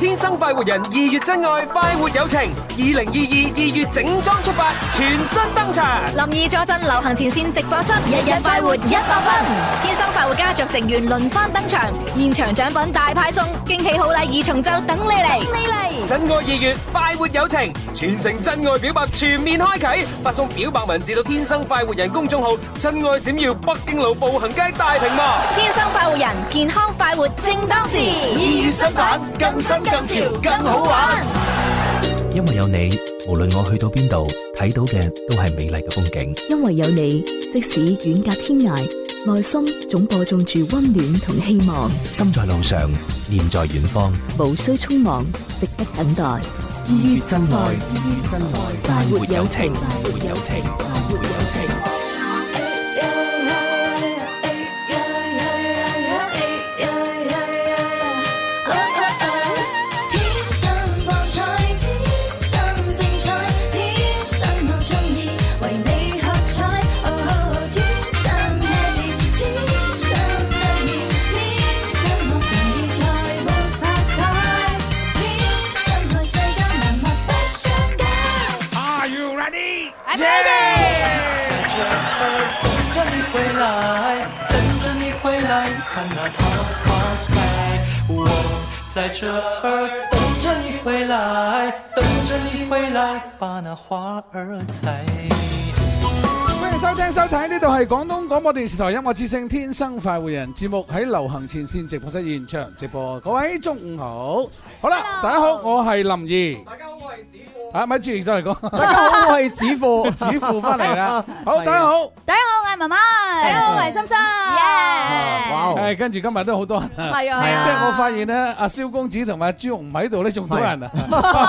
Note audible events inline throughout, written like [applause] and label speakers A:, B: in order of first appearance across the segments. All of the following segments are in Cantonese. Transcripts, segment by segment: A: 天生快活人，二月真愛快活友情，二零二二二月整裝出發，全新登場。
B: 林怡坐鎮流行前線直播室，日日快活一百分，天生快活家族成員輪番登場，現場獎品大派送，驚喜好禮二重奏等你嚟，你嚟！
A: 真愛二月，快活友情，全城真愛表白全面開啟，發送表白文字到天生快活人公眾號「真愛閃耀北京路步行街大屏幕」。
B: 天生快活人，健康快活正當時。
A: 二月新版，更新更潮更好玩。
C: 因為有你，無論我去到邊度，睇到嘅都係美麗嘅風景。
D: 因為有你，即使遠隔天涯，內心總播種住溫暖同希望。
C: 心在路上，念在遠方。
D: 無需匆忙，值得等待。二
C: 二月真愛，二月真愛，快活友情，快活友情，快活友情。
E: 天生博彩，天生精彩，天生我中意，為你喝彩。哦，天生 happy，天生得意，天生我容易才沒法改。天生愛世間萬物不相解。
F: Are you ready？
G: 在这儿等着你回来，等着你回来，看那桃花开。我在这儿等着你回来，等着你回来，把那花儿采。
F: 欢迎收听收睇，呢度系广东广播电视台音乐之声《天生快活人》节目喺流行前线直播室现场直播，各位中午好，好啦，大家好，我系林怡，大家好，我系子富，啊，咪住再嚟讲，
H: 大家好，我係子富，
F: 子富翻嚟啦，
H: [laughs]
F: 好，大
I: à.
F: 家好，
I: 大家好，我係文文，大家好，我係心心，
H: 哇
F: 诶，跟住今日都好多人啊，
I: 係啊
F: 即
I: 係啊
F: 系我發現咧，阿蕭公子同埋阿朱紅唔喺度咧，仲多人啊。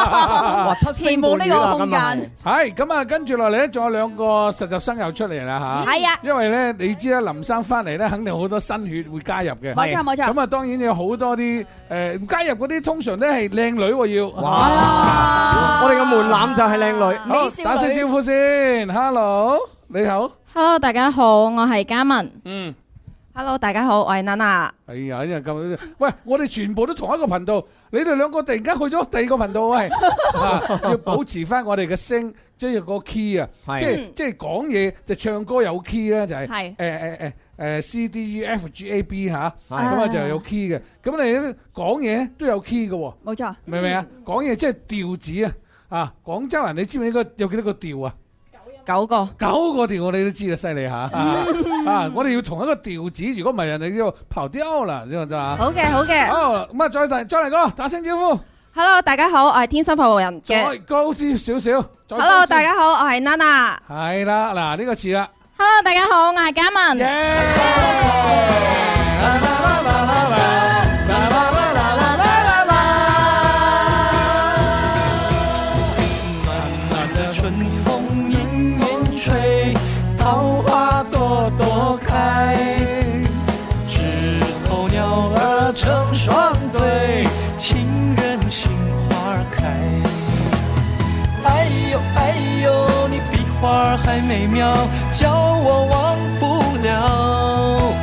H: 哇七星伴侶啊
I: 填滿呢個空間
F: 係咁啊，跟住落嚟咧，仲有兩個實習生又出嚟啦吓。
I: 係啊
F: 因為咧，你知啦，林生翻嚟咧，肯定好多新血會加入嘅。
I: 冇錯
F: 係
I: 冇錯
F: 咁啊，當然有好多啲诶加入嗰啲，通常咧係靚女喎要。
H: 哇我哋嘅門檻就係靚女，
F: 好，打聲招呼先，Hello，你好。
J: Hello，大家好，我係嘉文。
F: 嗯。
J: Hello，大家好，我係 Nana。
F: 哎呀，因為咁，喂，我哋全部都同一個頻道，你哋兩個突然間去咗第二個頻道，喂，啊要保持翻我哋嘅聲，即係個 key 啊，
H: 係
F: 即係即係講嘢就唱歌有 key 咧，就係誒
I: 係
F: 誒誒誒 C D E F G A B 吓，咁啊就有 key 嘅，咁你呢講嘢都有 key 嘅喎，
H: [laughs]
I: 冇錯，
F: 明唔明啊？講嘢即係調子啊！啊，廣州人你知唔知應該有幾多個調啊？
J: 九個
F: 九個調我哋都知啦，犀利嚇！啊，我哋要同一個調子，如果唔係人哋叫刨雕啦，知唔知啊？
J: 好嘅，好嘅。
F: 好，咁啊，再嚟再嚟個，打聲招呼，
J: Hello，大家好，我係天生服務人
F: 再
J: 嘅。
F: 高啲少少。再高
J: Hello，
F: 啲
J: 大。家好，我係 Nana。
F: 係啦，嗱呢個詞啦。
J: Hello，大家好，我係嘉文
F: 耶
G: 暖暖的春风迎面吹，桃花朵朵开，枝头鸟儿成双对，情人心花儿开。哎呦哎呦，你比花儿还美妙，叫我忘不了。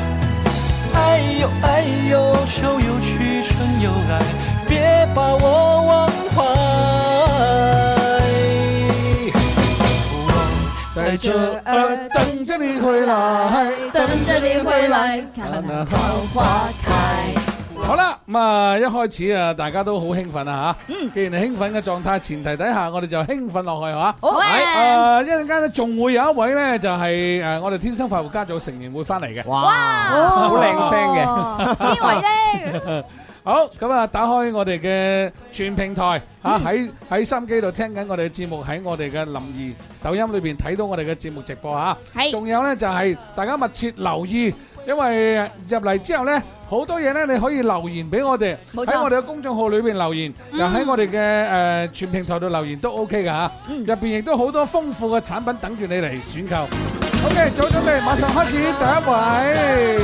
G: 哎呦哎呦，秋又去，春又来，别把我忘怀。我在这儿等
F: 等着你回來。
I: 等着你回來，
F: 好啦，咁啊，一開始啊，大家都好興奮啊吓。
J: 嗯
F: 既然係興奮嘅狀態前提底下，我哋就興奮落去吓。
I: 好啊
F: 誒一陣間咧，仲會有一位咧，就係誒我哋天生快活家族成員會翻嚟嘅。
H: 哇，好靚聲嘅，
J: 哦
F: [laughs]
I: 嘅，邊位咧？
F: 好，咁啊，打開我哋嘅全平台嚇，喺喺心機度聽緊我哋嘅節目，喺我哋嘅林兒抖音裏邊睇到我哋嘅節目直播嚇。
I: 係
F: 仲有呢，就係大家密切留意，因為入嚟之後呢，好多嘢呢，你可以留言俾我哋，
I: 冇錯
F: 喺我哋嘅公眾號裏邊留言，又喺我哋嘅誒全平台度留言都 OK 嘅嚇。入邊亦都好多豐富嘅產品等住你嚟選購。OK，早準備，馬上開始第一位。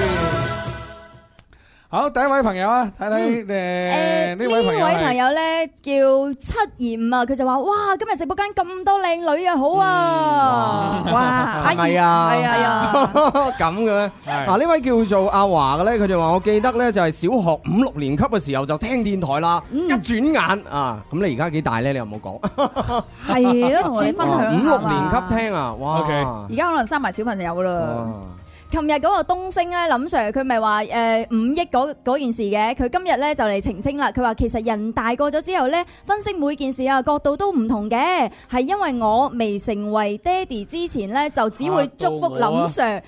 F: Hello，大家好，我係 Nana。好，第一位朋友啊，睇
I: Ừ.
F: 睇诶呢位朋友係，
I: 呢位朋友呢，叫七賢啊，佢就話，哇，今日直播間咁多靚女啊，好啊。哦
H: Ừ.
I: 哇，
H: 係咪啊？
I: 係啊。啊
H: [laughs] 咁嘅
F: 係
H: 嗱，呢位叫做阿華嘅咧，佢就話：我記得咧就係小學五六年級嘅時候就聽電台啦，
I: 嗯
H: 一轉眼啊，咁你而家幾大咧？你有冇講？哦
I: 係咯，同我哋分享下嘛。
H: 五六年級聽啊，哇
F: OK
I: 而家可能生埋小朋友啦。
H: 哇
I: 琴日嗰個東升咧，林 Sir 佢咪話誒五億嗰嗰件事嘅，佢今日咧就嚟澄清啦。佢話其實人大個咗之後咧，分析每件事啊角度都唔同嘅，係因為我未成為爹哋之前咧，就只會祝福林
F: 啊到我啊
I: Sir。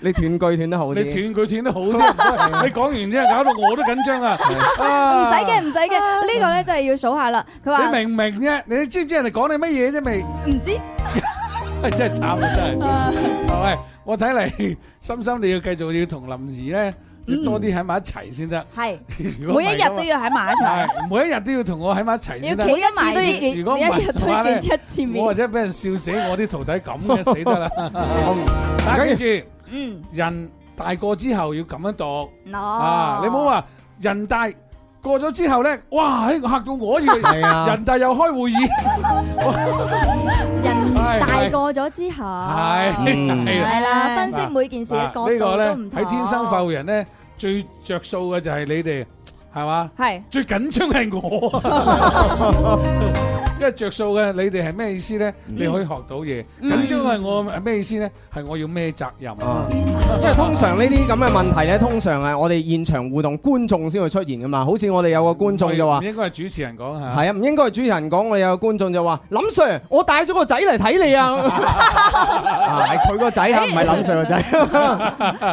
H: 你斷句斷得好
F: 你
H: 啲。
F: 斷佢斷得好
H: [laughs]
F: 啲，你講完之後搞到我都緊張
I: [laughs]
F: 啊！
I: 唔
F: 唔
I: 使嘅，唔使嘅，呢個咧就係要數下啦。佢話
F: 你明唔明啫？你知唔知人哋講你乜嘢啫？未？
I: 唔知。
F: [laughs] 真係慘啊！真係。好喂，我睇嚟 [laughs] 心心你要繼續要同林怡咧，要多啲喺埋一齊先得。
I: 係
F: 如果唔係嘅話係每一日都要同我喺埋一齊先得。
I: 每一次都要見-
F: 如果唔係嘅話咧，
I: 每一日都要見一次面。
F: 我或者俾人笑死，我啲徒弟咁嘅死
I: [laughs]
F: 得啦！大家記住，
E: Ừ.
F: 人大個之後要咁樣度。
I: 嗯，哦。
F: 啊！你唔好話人大過咗之後咧，哇！嘿嚇到我以為
H: [laughs] 係啊
F: 人大又開會
H: [laughs]
F: 議，係，係。
I: [laughs] 人
F: 啊
I: 大個咗之後，
H: 嗯
F: 係啦。
I: 係啦，分析每件事嘅
F: 嗱
I: 角度
F: 呢個咧
I: 都唔
F: 喺天生
I: 同。
F: 發育人咧最着數嘅就係你哋係嘛？最緊張
I: [laughs]
F: 係我，因為着數嘅你哋係咩意思咧？你可以學到嘢。緊張係我係咩意思咧？係我要孭責任。
H: 啊因為通常呢啲咁嘅問題咧，通常係我哋現場互動觀眾先會出現噶嘛。好似我哋有個觀眾就話
F: 唔。應該係主持人講嚇。
H: 係啊，唔應該係主持人講，我哋有個觀眾就話：林 Sir，我帶咗個仔嚟
F: [laughs]
H: 睇你啊！ [laughs] 啊，係佢個仔嚇，唔係林 Sir 個仔。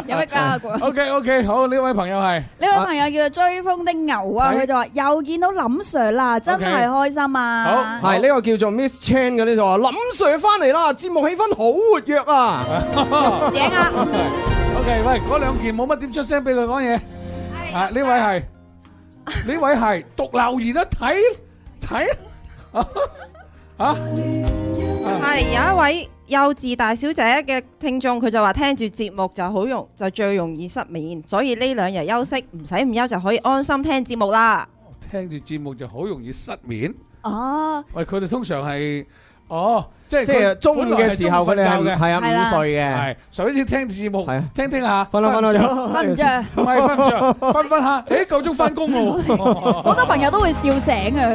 I: 有乜加過？
F: O K O K，好呢位朋友係
I: 呢位朋友叫做追風的牛啊，
F: 係。
I: 佢就話，又見到林sir啦，真
F: OK。
I: 係開心啊。
F: 好。
H: 係呢個叫做 Miss Chan 嘅呢就話：林 Sir 翻嚟啦，節目氣氛好活躍
F: [laughs]
H: 啊！
F: O K，喂，嗰兩件冇乜點出聲俾佢講嘢。啊，呢位係呢位係讀留言啊，睇睇啊啊，
J: 系有一位幼稚大小姐嘅聽眾，佢就話聽住節目就好容就最容易失眠，所以呢兩日休息唔使唔休就可以安心聽節目啦。
F: 聽住節目就好容易失眠。
I: 哦，
F: 喂，佢哋通常係哦，即係
H: 即係
F: 佢
H: 中午嘅時候，佢
F: 本
H: 哋
F: 來係中午
H: 係
F: 瞓覺
H: 係
I: 係啦
H: 啊午睡嘅，
F: 嘅，係首先聽節目
H: 係啊，
F: 聽聽下，
H: 瞓啦瞓啦
F: 唔着，
H: 咗，
I: 瞓唔着。
F: 唔係瞓唔着，瞓瞓下，誒夠鐘翻工咯。
I: 好多朋友都會笑醒啊。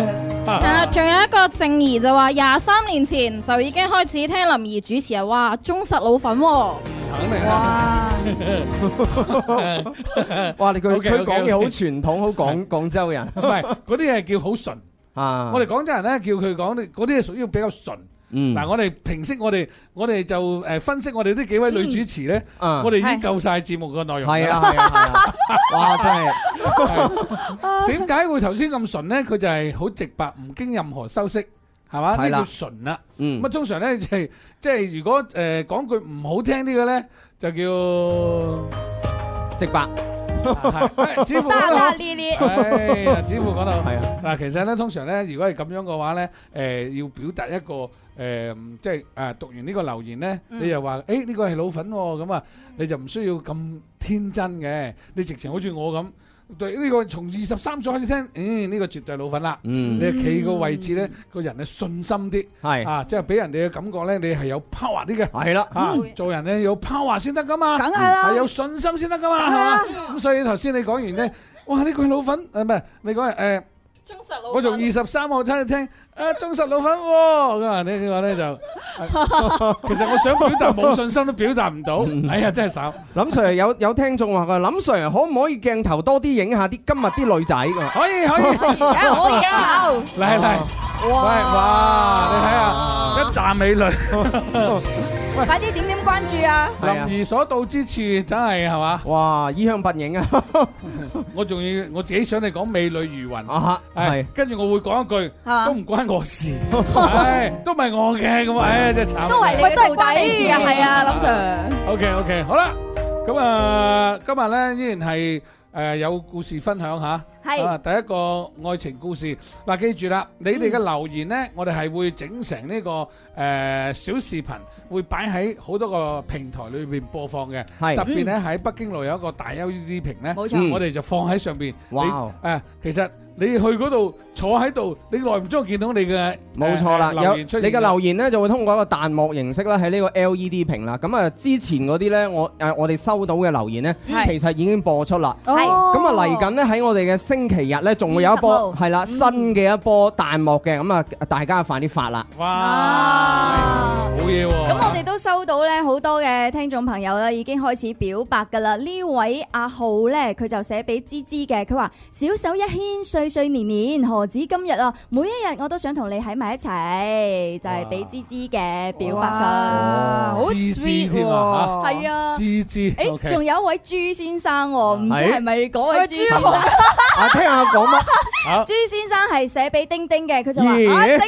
K: Ờ.
J: 啊，仲有一個靜怡就話廿三年前就已經開始聽林怡主持人，哇，忠實老粉喎。
F: 肯定啊啦，
E: Ờ.
H: 哇！你佢
F: OK，
H: 佢
F: OK，
H: 講嘢好
F: OK
H: 傳統，好
F: [laughs]
H: 廣廣州人
F: 唔係嗰啲係叫好純。
H: 啊！
F: 我哋廣州人咧叫佢講啲嗰啲係屬於比較純。
H: 嗯
F: 嗱，我哋平息我哋我哋就誒分析我哋呢幾位女主持咧，
H: 啊
F: 我哋已經夠晒節目嘅內容。
H: 係啊，係啊
F: [laughs]
H: 係啊，哇！真係
F: 點解會頭先咁純咧？佢就係好直白，唔經任何修飾，係嘛？呢
H: 係啦
F: 叫純啦。
H: 嗯
F: 咁啊，通常咧就係即係如果誒講句唔好聽啲嘅咧，就叫
H: 直白
F: 係似乎講得好。
I: 大大咧咧。
F: 哎呀，子富講到
H: [laughs] 係啊
F: 嗱，其實咧通常咧，如果係咁樣嘅話咧，誒要表達一個誒，即係誒讀完呢個留言咧，你又話誒呢個係老粉喎，咁啊，你就唔需要咁天真嘅，你直情好似我咁，對呢個從二十三歲開始聽，嗯呢個絕對老粉啦，
H: 嗯
F: 你企個位置咧，個人係信心啲，
H: 係
F: 啊，即係俾人哋嘅感覺咧，你係有 power 啲嘅。
H: 係啦，
F: 啊，做人咧有 power 先得噶嘛，
I: 梗係啦
F: 係有信心先得噶嘛，係嘛？咁所以頭先你講完咧，哇！呢句老粉，誒唔係你講誒，
J: 忠實老
F: 我從二十三號真係聽啊忠實老粉喎，咁啊呢呢個
J: [laughs]
F: 咧就，啊其實我想表達冇信心都表達唔到，哎呀真係慘，
H: [laughs] 林 Sir 有有聽眾話佢林 Sir 可唔可以鏡頭多啲影下啲今日啲女仔㗎？
F: 可以 [laughs]
H: [laughs]
F: 可以，嚟嚟，喂哇！你睇下一站美女，
H: 係啊
F: 林兒所到之處真係係嘛？
H: 哇！衣香鬢影啊！
F: 我仲要我自己想你講美女如雲。
H: 啊
F: 係
H: 係，
F: 跟住我會講一句，
I: 嘛
F: 都唔關我事，唉，都唔係我嘅咁，唉，真係慘。
E: à,
I: 喂，都係關你事啊，係啊，林 Sir。
F: OK OK，好啦，咁啊，今日咧依然係誒有故事分享嚇，
I: 係。
F: 啊，第一個愛情故事。嗱，記住啦，你哋嘅留言呢，我哋係會整成呢個诶小視頻，會擺喺好多個平台裏边播放嘅。
H: 係
F: 特別咧喺北京路有一個大 LED 屏呢，
H: 嗯
I: 冇錯，
F: 我哋就放喺上边。
H: 哇
F: 你啊，其實你去嗰度坐喺度，你耐唔中見到你嘅
H: 冇錯啦，
F: 呃
H: 有
F: 留
H: 你
F: 言出現
H: 嘅留言咧就會通過一個彈幕形式啦，喺呢個 LED 屏啦。咁啊，之前嗰啲咧，我誒我哋收到嘅留言咧，
I: 係
H: 其實已經播出啦。
I: 係。
H: 咁啊嚟緊咧喺我哋嘅星期日咧，仲會有一
I: 20號嗯
H: 波係啦新嘅一波彈幕嘅，咁啊大家快啲發啦！
F: 哇，
I: 啊。
F: 好嘢喎！
I: 咁我哋都收到咧好多嘅聽眾朋友啦，已經開始表白噶啦。呢位阿浩咧，佢就寫俾芝芝嘅，佢話：小手一牽，歲歲年年，何止今日啊！每一日我都想同你喺埋一齊，就係、俾芝芝嘅表白信。
J: 好
F: 哦
J: sweet
F: 知知添啊
J: 喎，
I: 係 [laughs] 啊，
F: 芝芝
H: [laughs]
I: 誒，
F: ，OK
I: 仲有一位朱先生喎，唔知
H: 啊係
I: 係咪嗰位朱先
J: 喂
I: 生
J: 朱？紅
H: 啊，聽下講乜？
I: [laughs] 朱先生係寫俾丁丁嘅，佢就話：
H: 咦
I: 啊，丁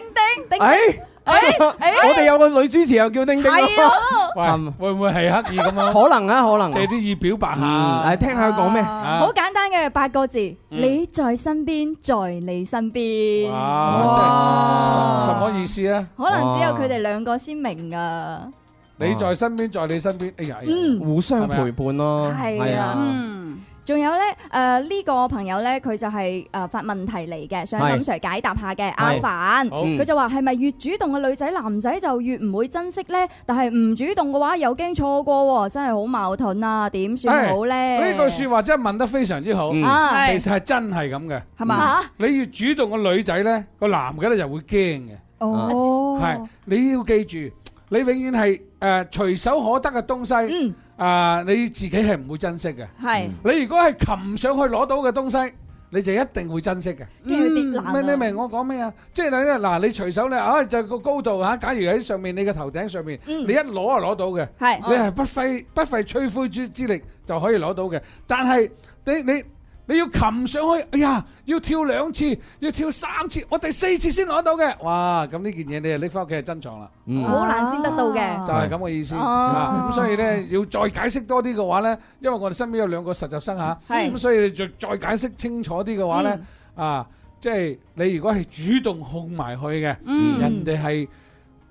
I: 丁，哎丁丁，
H: 誒哎 [laughs] 我哋有個女主持又叫丁丁
I: 啊
H: 咯，
F: 喂，
H: 嗯。
F: 會唔會係刻意咁樣？
H: [laughs] 可能啊，可能啊。
F: 借啲意表白下。
H: 嗯，誒聽下佢講咩？
F: 啊。
I: 好簡單嘅八個字，
H: 嗯
I: 你在身邊，在你身邊。
F: 哇，真係，什-什麼意思啊？你在身邊，在你身邊。
I: 可能只有佢哋兩個先明啊噶，
F: 哎呀，哎呀，
I: 嗯。
H: 互相陪伴咯，
I: 係啊仲有呢，誒、呢、個朋友呢，佢就係、誒、發問題嚟嘅，想
H: 係
I: 林 Sir 解答下嘅。阿
H: 係
I: 凡
F: 好
I: 佢就話係咪越主動嘅女仔男仔就越唔會珍惜呢？但係唔主動嘅話又驚錯過喎，真係好矛盾啊！點算好呢？
F: 呢句說話真係問得非常之好，
H: 嗯
I: 啊，
J: 係
F: 其實係真係咁嘅。你越主動嘅女仔呢，個男嘅呢就會驚嘅。
J: 係嘛？
I: 哦，
F: 係，你要記住，你永遠係，呃，隨手可得嘅東西，
I: 嗯，
F: 啊，你自己係唔會珍惜嘅。
J: 係
F: 你如果係擒上去攞到嘅東西，你就一定會珍惜嘅。
I: 跟住跌爛
F: 咩？你
I: 啊
F: 明我講咩啊？即係咧嗱，你隨手咧啊，就個高度嚇，假如喺上面你嘅頭頂上面，
I: 嗯
F: 你一攞就攞到嘅，
J: 係
F: 你係不費不費吹灰之之力就可以攞到嘅。但係你你你要擒上去，哎呀，要跳兩次，要跳三次，我第四次先攞到嘅。哇！咁呢件嘢你就拎翻屋企係珍藏啦，
H: 嗯
I: 好難先得到嘅
F: 就。係咁嘅意思
I: 哦
F: 啊咁所以咧要再解釋多啲嘅話咧，因為我哋身邊有兩個實習生嚇，
J: 係
F: 咁所以你就再解釋清楚啲嘅話咧，啊，即係你如果係主動控埋去嘅。
J: 嗯
F: 人哋係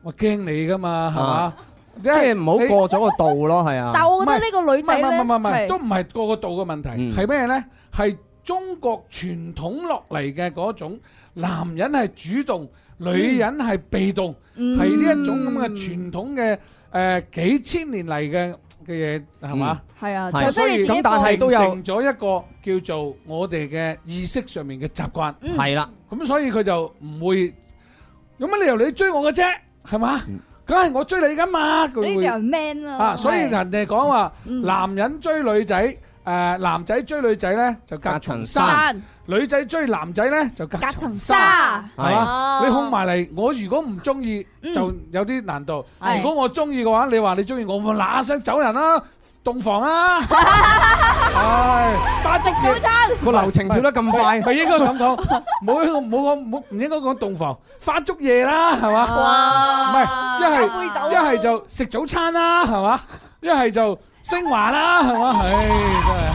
F: 我驚你噶嘛，係嘛
H: 啊？
F: 即
H: 即係唔好過咗個度咯，係
J: 但
H: 啊，
J: 我覺得呢個女
F: 唔係
J: 仔
F: 唔係
J: 咧，
F: 唔係唔係，
J: 係
F: 都唔係個個度嘅問題，
H: 嗯
F: 係咩咧？係中國傳統落嚟嘅嗰種，男人係主動，女人係被動，
J: 嗯
F: 係呢一種咁嘅傳統嘅誒幾千年嚟嘅嘅嘢，係嘛？
J: 係啊，
H: 嗯係
J: 除非你自己
H: 咁但係都有
F: 形成咗一個叫做我哋嘅意識上面嘅習慣。
H: 係啦，
F: 咁所以佢就唔會有乜理由你追我嘅啫，係嘛
H: 嗯？
F: 梗係我追你噶嘛，佢
I: 呢啲就
F: 會
I: man 啦。
F: 啊，所以
I: 係
F: 人哋講話
I: 嗯
F: 男人追女仔，誒男仔追女仔咧就隔層
H: 隔層
F: 山，
H: 山
F: 女仔追男仔咧就隔
I: 隔
F: 層
I: 層
F: 沙，
L: 啊
I: 沙。
F: 係
H: 係
F: 嘛？你控埋嚟，我如果唔中意
I: 嗯
F: 就有啲難度，
I: 係
F: 如果我中意嘅話，你話你中意我，我嗱聲走人啦，洞房
I: [laughs]
F: 啦，係花燭夜。
H: 個流程跳得咁快，
F: 咪應該咁講，冇冇講冇唔應該講洞房花燭夜啦，係嘛？唔係一係一係就食早餐啦，係嘛？一係就升華啦，係嘛？唉，真係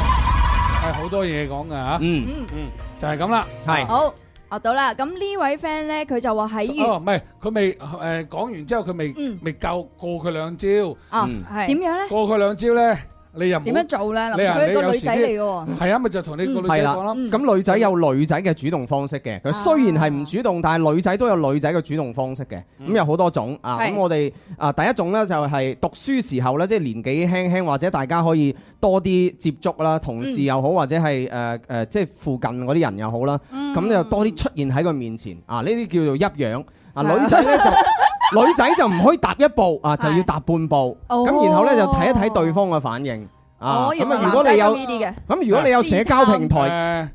F: 係好多嘢講㗎嚇，
H: 嗯，
F: 嗯，就係咁啦。
H: 係
I: 好，學到啦。咁呢位 friend 咧，佢就話喺月
F: 哦，唔係佢未誒講完之後，佢未
I: 嗯
F: 未夠過佢兩招，
I: 啊，
H: 嗯
I: 點樣咧？
F: 過佢兩招咧，你又唔
J: 點樣做咧？
F: 你
J: 林
F: 啊
I: 佢係一
F: 你有
I: 個女
F: 時
I: 仔
F: 啲
I: 嚟嘅喎。
F: 係啊，咪就同你個女仔
H: 嗯係啦
F: 講咯。
H: 咁女仔有女仔嘅主動方式嘅，
I: 啊
H: 佢雖然係唔主動，但係女仔都有女仔嘅主動方式嘅，
F: 嗯
H: 咁有好多種啊。
J: 係
H: 咁我哋啊第一種呢，就係讀書時候呢，即係年紀輕輕或者大家可以多啲接觸啦，同
I: 嗯
H: 事又好或者係誒誒即係附近嗰啲人又好啦，
I: 嗯
H: 咁就多啲出現喺佢面前啊，呢啲叫做一樣啊。
J: 係
H: 女仔呢，
I: [laughs]
H: 就女仔就唔可以踏一步啊，就要踏半步，
J: 哦
H: 咁然後呢，就睇一睇對方嘅反應啊。
J: 哦，原
H: 咁
J: 來
H: 啊，如
J: 男
H: 果
J: 仔
H: 你
J: 有
H: 有
J: 呢啲嘅，
H: 咁如果你有社交平台。
F: 誒啊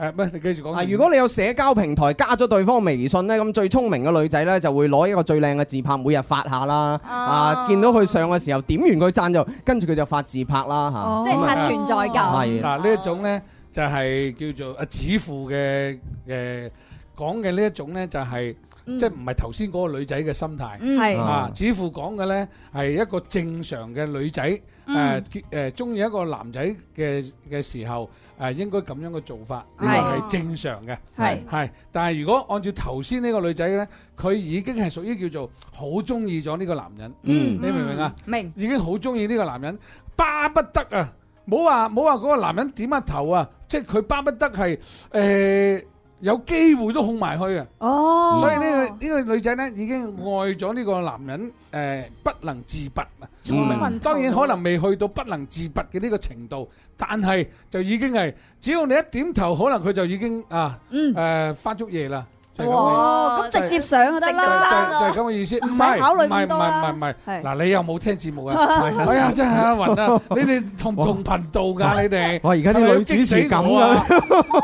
F: 誒，唔係你繼續講
H: 啊！
F: 完。
H: 如果你有社交平台加咗對方微信呢，咁最聰明嘅女仔呢，就會攞一個最靚嘅自拍，每日發下啦。
J: 哦
H: 啊，見到佢上嘅時候點完佢讚就，跟住佢就發自拍啦嚇。
J: 哦
I: 即係刷存在感。
F: 呃
H: 係
F: 嗱呢一種咧就係叫做啊指父嘅誒講嘅呢一種呢，就係即係唔係頭先嗰個女仔嘅心態。
I: 嗯，
L: 係
F: 啊！子父講嘅呢係一個正常嘅女仔，
I: 嗯
F: 誒結誒中意一個男仔嘅嘅時候，誒應該咁樣嘅做法，呢個
L: 係
F: 係正常嘅，
I: 係
F: 係。但係如果按照頭先呢個女仔呢，佢已經係屬於叫做好中意咗呢個男人，
I: 嗯
F: 你明唔明啊？
I: 明，
F: 已經好中意呢個男人，巴不得啊！冇話冇話嗰個男人點下頭啊，即係佢巴不得係誒、呃有機會都控埋去啊！
I: 哦，
F: 所以呢、個呢、個女仔呢，已經愛咗呢個男人誒、呃不能自拔啊！
H: 嗯
I: 份
F: 當然可能未去到不能自拔嘅呢個程度，但係就已經係只要你一點頭，可能佢就已經啊
L: 嗯
F: 誒、花足夜啦。就係咁嘅
L: 哇，咁直接上就得
F: 就
L: 啦。
F: 就就係咁嘅意思，
L: 唔
F: 唔
L: 使
F: 係
L: 考慮
F: 唔係
L: 咁多啦
F: 唔係唔係唔係，
L: 係
F: 嗱你又冇聽節目
L: [laughs]
F: 啊？哎呀，真係阿雲啊！你哋同唔同頻道㗎？你哋
H: 哇而家啲女主持咁
L: [laughs]
F: 係咪要激死我啊！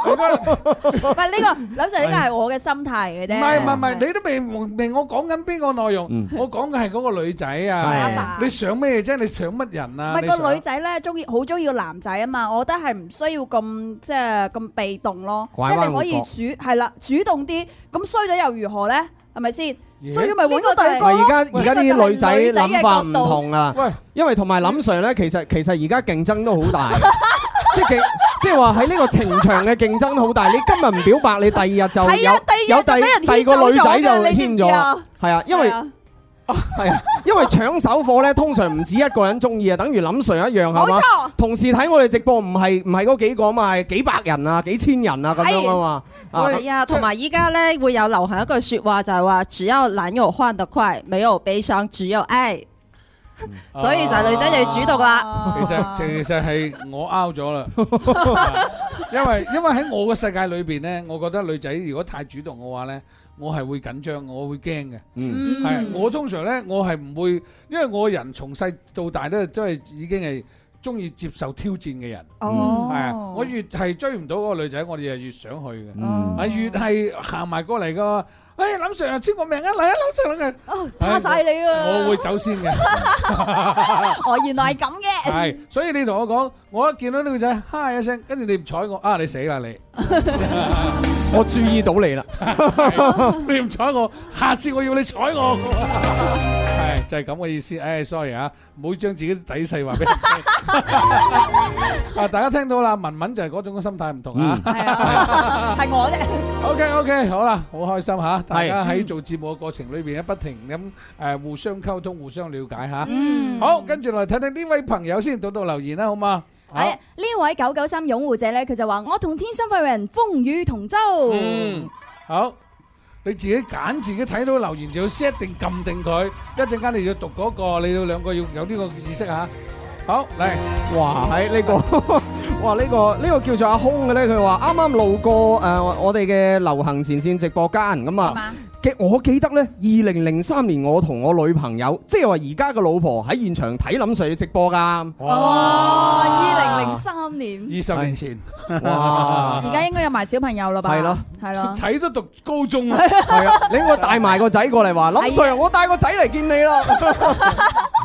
L: 唔係呢個，諗上呢個係我嘅心態嚟嘅
F: 唔
L: 啫。
F: 係唔係唔係，你都未明我講緊邊個內容
H: 嗯？
F: 我講嘅係嗰個女仔
L: 麻
F: 啊！
L: 煩
F: 你想咩啫？你想乜人
L: 唔
F: 啊？你
L: 係個
F: 想
L: 女仔咧，中意好中意個男仔啊嘛，我覺得係唔需要咁即係咁被動咯，即
H: 拐彎
L: 係你可
H: 抹
L: 以
H: 角
L: 主係啦，主動啲。咁衰咗又如何咧？係咪先？
F: 咦
L: 衰咗咪揾個對
H: 唔係
L: 方
H: 而
L: 咯。
H: 家而家啲女仔諗法唔同啦
F: 喂，
H: 因為同埋林 Sir 咧，其實其實而家競爭都好大， [laughs] 即係競即係話喺呢個情場嘅競爭都好大。你今日唔表白，你第二日就
L: 係
H: 有
L: 啊，第二日
H: 有
L: 就俾人
H: 第第二
L: 牽走
H: 個女仔就
L: 咗嘅你知
H: 牽
L: 唔
H: 咗
L: 知
H: 啦
L: 啊，。
H: 係啊，因為
L: 係
E: à.
L: 啊
H: 係啊，因為搶手貨咧，通常唔止一個人中意啊，等於林 Sir 一樣係
L: 冇
H: 嘛。
L: 錯，
H: 同時睇我哋直播唔係唔係嗰幾個嘛，係幾百人啊、幾千人啊咁樣啊嘛。啊，
J: 係啊，同埋依家咧會有流行一句説話，就係話只有男友換得快，沒有悲傷，只有愛。
F: 嗯
J: 所以就女仔就要主動啦。
F: 其實其實係我 out 咗啦，因為因為喺我嘅世界裏邊咧，我覺得女仔如果太主動嘅話咧，我係會緊張，我會驚嘅。
H: 嗯
F: 係我通常咧，我係唔會，因為我人從細到大咧，都係已經係中意接受挑戰嘅人。
J: 哦，
F: 係啊，我越係追唔到嗰個女仔，我哋就越想去嘅。
H: 嗯
F: 啊，越係行埋過嚟個，哎，林 Sir 簽個名啊，嚟啊，林 Sir 嚟啊
L: 哦怕晒你啊！
F: 我會走先嘅。
L: [laughs] 哦，原來係咁嘅。
F: 係，所以你同我講，我一見到呢個仔，哈一聲，跟住你唔睬我，啊你死
L: [laughs]
F: 啦你！
H: 我注意到你啦。
F: 你唔睬我，下次我要你睬我。係就係咁嘅意思。唉，sorry 啊，唔好將自己啲底細話
L: [laughs]
F: 俾人聽。啊，大家聽到啦，文文就係嗰種心態唔同啊。
L: 係啊， [laughs] 係我啫。
F: OK OK，好啦，好開心嚇，大家喺做節目嘅過程裏邊咧，不停咁誒互相溝通、互相了解嚇。
L: 嗯
F: 好，跟住嚟睇睇呢位朋友先，到到留言啦，好嘛？好
I: 係呢位九九三擁護者咧，佢就話：我同天生快活人風雨同舟。
F: 嗯，好，你自己揀，自己睇到留言就要 set 定撳定佢，一陣間你要讀嗰、個，你要兩個要有呢個意識吓。好，嚟，
H: 哇！喺呢、個 [laughs] 哇呢、個呢、個叫做阿空嘅咧，佢話啱啱路過誒、呃我我哋嘅流行前線直播間咁
L: 係
H: 啊
L: 嘛。
H: 記我記得呢，二零零三年我同我女朋友，即係話而家嘅老婆喺現場睇林 Sir 嘅直播㗎。
L: 哦，二零零三年，
F: 二十年前
H: 哇！
L: 而家應該有埋小朋友啦吧？
H: 係咯，
L: 係
H: [laughs]
L: 咯。
F: 睇都讀高中
L: [laughs]
F: 啊，
H: 係啊，你我帶埋個仔過嚟話，
L: 啊
H: 林 Sir，我帶個仔嚟見你啦。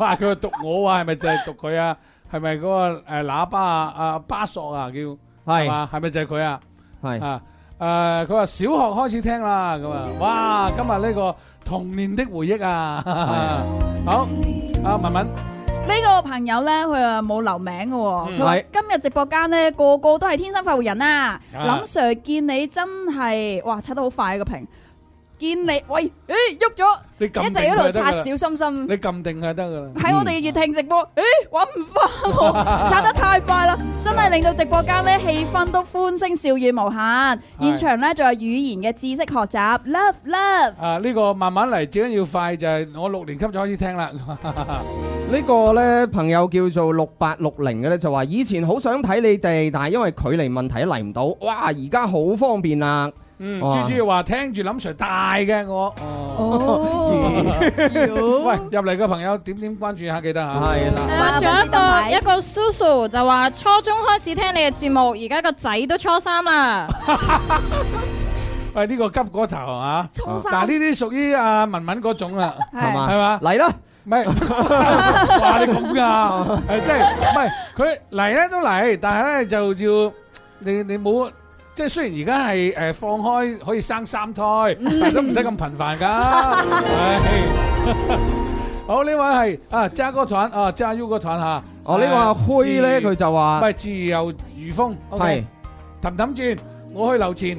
F: [laughs] 哇！佢話讀我啊，係咪就係讀佢啊？係咪嗰個誒喇叭啊？啊巴索啊叫係
H: 係
F: 嘛？係咪就係佢啊？
H: 係
F: 啊誒，佢話小學開始聽啦，咁啊，哇！今日呢個童年的回憶啊， [laughs] 好，阿文文，
L: 呢個朋友呢，佢啊冇留名嘅喎。
F: 嗯
L: 佢話
H: 係
L: 今日直播間呢，個個都係天生快活人啊！
F: 啊
L: 林 Sir 見你真係，哇，刷得好快個屏。見你，喂，誒喐咗，
F: 你撳
I: 一直
F: 定
I: 喺
F: 佢就
I: 度
F: 得
I: 刷
F: 㗎啦
I: 小心心。
F: 你撳定佢就得噶啦。
L: 喺我哋月聽直播，誒揾唔翻
F: [laughs]
L: 喎，刷得太快啦，真係令到直播間呢氣氛都歡聲笑語無限。現場呢，仲有語言嘅知識學習，love love。
F: 啊！呢、個慢慢嚟，最緊要快就係我六年級就開始聽啦。
H: 呢個呢朋友叫做六八六零嘅呢，就話以前好想睇你哋，但係因為距離問題嚟唔到，哇！而家好方便啦。
F: 嗯，
H: 哇
F: 豬豬話聽住林 Sir 大嘅我。哦， [laughs] 喂，入嚟嘅朋友點點關注下，記得嚇。
H: 係啦。
L: 啊
E: 仲有一
L: 我知
E: 個一個 Susu 就話初中開始聽你嘅節目，而家個仔都初三啦。
F: 喂，呢、個急過頭啊！
H: 衝
F: 嗱，呢啲屬於阿文文嗰種啦，
H: 係嘛？
F: 係嘛？
H: 嚟啦！
F: 唔
H: [laughs]
F: 係，哇！你咁㗎，係真係唔係佢嚟咧都嚟，但係咧就要你你冇即係雖然而家係誒放開可以生三胎，但係都唔使咁頻繁
H: [laughs]
F: 㗎。係好呢位係啊揸個團啊揸 U 個團嚇。
H: 哦呢位阿輝呢佢就話
F: 唔係自由如風。
H: 係
F: OK，氹氹轉，我去樓前，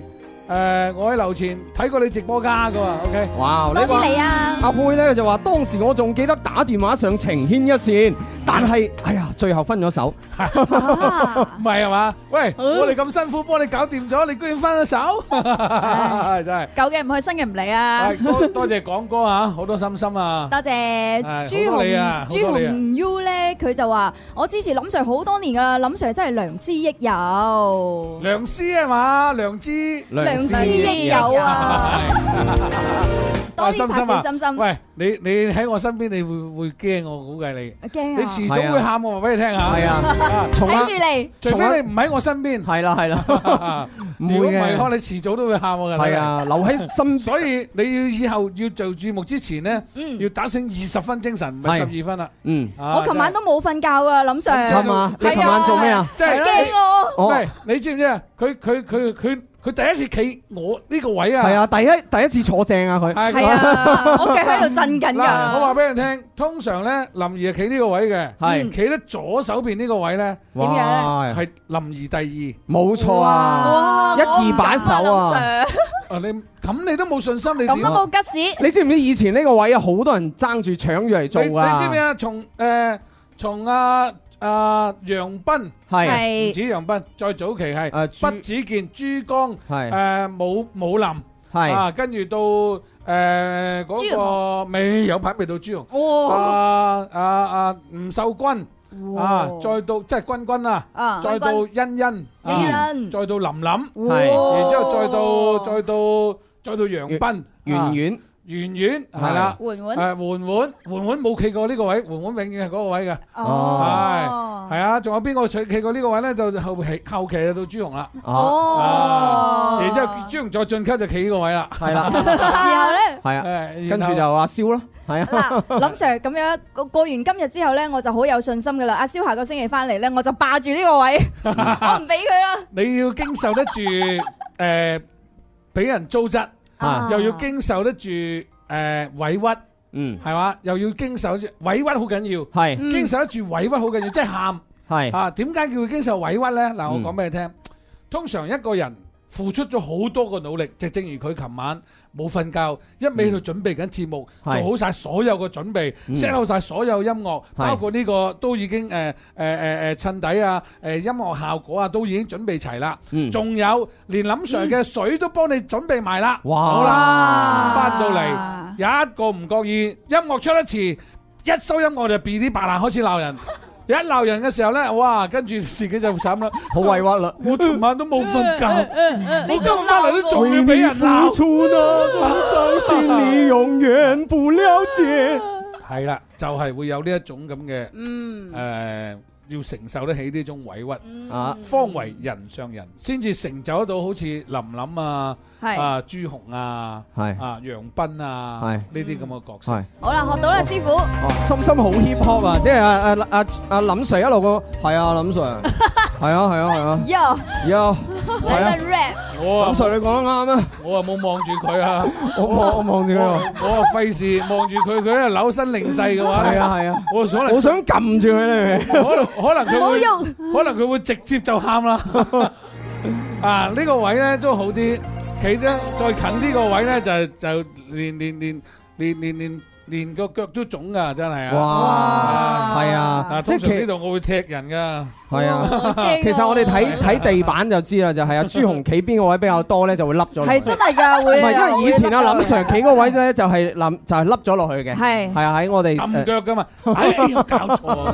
F: 誒我喺樓前睇過你直播㗎㗎喎。OK，à,
H: 哇！呢個
I: 啊
H: 阿佩咧就話：當時我仲記得打電話上情牽一線，但係
F: [laughs]
H: 哎呀，最後分咗手。
F: 唔係係嘛？喂，我哋咁辛苦幫你搞掂咗，你居然分咗手， [laughs] 真係。
L: 舊嘅唔去，新嘅唔嚟啊。
F: 係多多謝廣哥啊，好多心心啊。
I: 多謝
F: 係
I: 朱
F: 好多你
I: 紅
F: 啊
I: 朱
F: 好多你啊
I: 紅 U 咧，佢就話：我支持林 Sir 好多年噶啦，林 Sir 真係良師益友。
F: 良師啊嘛，良知，
I: 良師益友啊！
F: Dạ. 喂心心
I: 多啲擦
F: 啊，
I: 拭心心
F: 喂，你你喺我身邊，你會會驚我估計你，
I: 驚啊
F: 你遲早會喊我話俾你聽下。[laughs]
H: 係啊
F: À,
H: 從
I: 睇住你，
F: 除非你唔喺我身邊。
H: 係啦係
F: [laughs]
H: 啦，唔
F: 如果
H: 會
F: 唔係，可能
H: 嘅。
F: 你遲早都會喊我㗎。
H: 係啊，留喺
F: [laughs]
H: 心
F: 所以你要以後要做節目之前呢，
I: 嗯
F: 要打醒二十分精神，唔係
H: 係
F: 十二分啦。
H: 嗯
F: 啊
I: 我琴晚都冇瞓覺啊，林 Sir。
H: 係嘛？你琴晚做咩啊？
F: 真係
I: 驚咯！
H: 哦
F: 喂，你知唔知啊？佢佢佢佢佢第一次企我呢個 [laughs] 位啊！
H: 係啊，第一第一次坐正啊佢。
F: 係，
I: 係啊，我腳喺度震緊
F: 嗱，我話
I: 㗎。
F: 俾你聽，通常咧林兒係企呢個位嘅，
H: 係
F: 企得左手邊呢個位咧，
H: 哇
I: 嗯點樣
F: 係林兒第
H: 冇錯啊！
L: 哇，
H: 一二把手啊！
I: 林 Sir
F: 二。啊，你咁你都冇信心，你點啊？
L: 咁都冇吉屎。
H: [laughs] 你知唔知以前呢個位啊，好多人爭住搶住嚟
F: 你
H: 做㗎？
F: 你知唔知啊？從誒從阿阿楊斌，
H: 係
F: 唔
I: 係
F: 止楊斌，再早期係
H: 誒朱
F: 畢子健、珠江、
H: 係
F: 誒武武林
H: 係
F: 啊，跟住到誒嗰
L: 朱
F: 個未有牌未到朱紅。
L: 哇，
F: 啊啊啊！吳秀君啊，再到即係君君啊，
L: 啊，
F: 再到欣欣，
I: 欣欣
F: 啊再到琳琳，
H: 係
F: 然之後再到再到再到楊斌、
H: 圓圓
F: 圓圓係啦，誒
L: 緩緩，
F: 媛媛媛媛冇企過呢個位，媛媛永遠係嗰個位嘅，
L: 哦。
F: 係啊，仲有邊個企企過呢個位咧？就後期後期就到朱紅啦，
H: 啊，
F: 啊
I: 哦，
F: 然之後朱紅再進級就企呢個位啦，
H: 係啦，
I: 然後咧。
H: 係啊，
F: 誒
H: 跟住
F: [laughs] 然後
H: 就阿蕭啦，係啊。
I: 嗱， [laughs] 林 Sir 咁樣過過完今日之後咧，我就好有信心噶啦。阿蕭下個星期翻嚟咧，我就霸住
F: [laughs]
I: 呢個位，我唔俾佢啦。
F: 你要經受得住誒俾人糟質。
H: 啊
F: 又要經受得住誒、呃委屈，係
H: 嗯，
F: 嘛？又要經受得住委屈好緊要，
H: 係
F: 經受得住委屈好緊要，即係喊
H: 係
F: 啊！點解叫佢經受委屈呢？嗱，我
H: 嗯
F: 講俾你聽，通常一個人付出咗好多個努力，就正如佢琴晚冇瞓覺，一味喺度準備緊節目，
H: 係
F: 做好晒所有嘅準備
H: 嗯
F: ，set 好晒所有音樂，
H: 係
F: 包括呢個都已經誒誒誒誒襯底啊，誒、音樂效果啊，都已經準備齊啦。
H: 嗯，
F: 仲有連林 Sir 嘅水都幫你準備埋啦。
H: 哇
F: 好啦，
L: 哇
F: 翻到嚟一個唔覺意，音樂出得遲，一收音樂就噼哩啪啦開始鬧
H: [laughs]
F: 人。一鬧人嘅時候咧，哇！跟住自己就慘啦。
H: 好委屈啦。
F: [laughs] 我尋晚都冇瞓覺，
I: 你
F: 我翻嚟都仲要俾人
H: 付
F: 鬧。
H: 出那種傷心，你永遠不了解。
F: 係啦，就係會有呢一種咁嘅
L: 嗯，
F: 誒，要承受得起呢種委屈，
H: 啊，
F: 方為人上人，先至成就得到好似林林啊、
L: 係。
F: 啊朱紅啊。
H: 係
F: 啊，楊斌啊，
H: 係
F: 呢啲咁嘅角色，
H: 係，
I: 好啦，學到啦，師傅。
H: 哦，心心好 hip hop 啊，即係阿阿阿阿林 Sir 一路個， [laughs] 係啊，林 Sir，係啊，係 [laughs] 啊，係啊，
I: Yo，
H: 有係啊
I: 嚟，個 rap。
F: 我啊
H: 林 Sir 你講得啱 [laughs] 啊，
F: 我啊冇望住佢啊，
H: 我望我望住佢
F: 我
H: 喎，
F: 啊費事望住佢，佢喺度扭身另勢嘅話
H: 係
F: 咧，
H: 啊係啊，
F: 我可能
H: 我想撳住佢 [laughs] 咧，
F: 可能可能佢
I: 冇
F: 會
I: 用
F: 可能佢會直接就喊啦。啊，呢個位咧都好啲，企得再近呢個位咧就就連連連連連連連個腳都腫噶，真係啊！
H: 哇，係啊，
F: 嗱，
H: 即
F: 通
H: 係
F: 常呢
H: 其
F: 度我會踢人噶，
H: 係啊。
I: 其
H: 其實我哋睇睇地板就知啦，就係阿朱紅企邊個位比較多咧，就會凹
F: 啊
H: 咗落去。唔
L: 係真係㗎，會-
H: 係，因為以前阿林
L: 會
H: Sir 企嗰位咧，就係林就係凹咗落去嘅。
L: 係
H: 係啊，喺我哋
F: 揼
H: 誒
F: 腳噶嘛，唉，有搞錯啊嘛。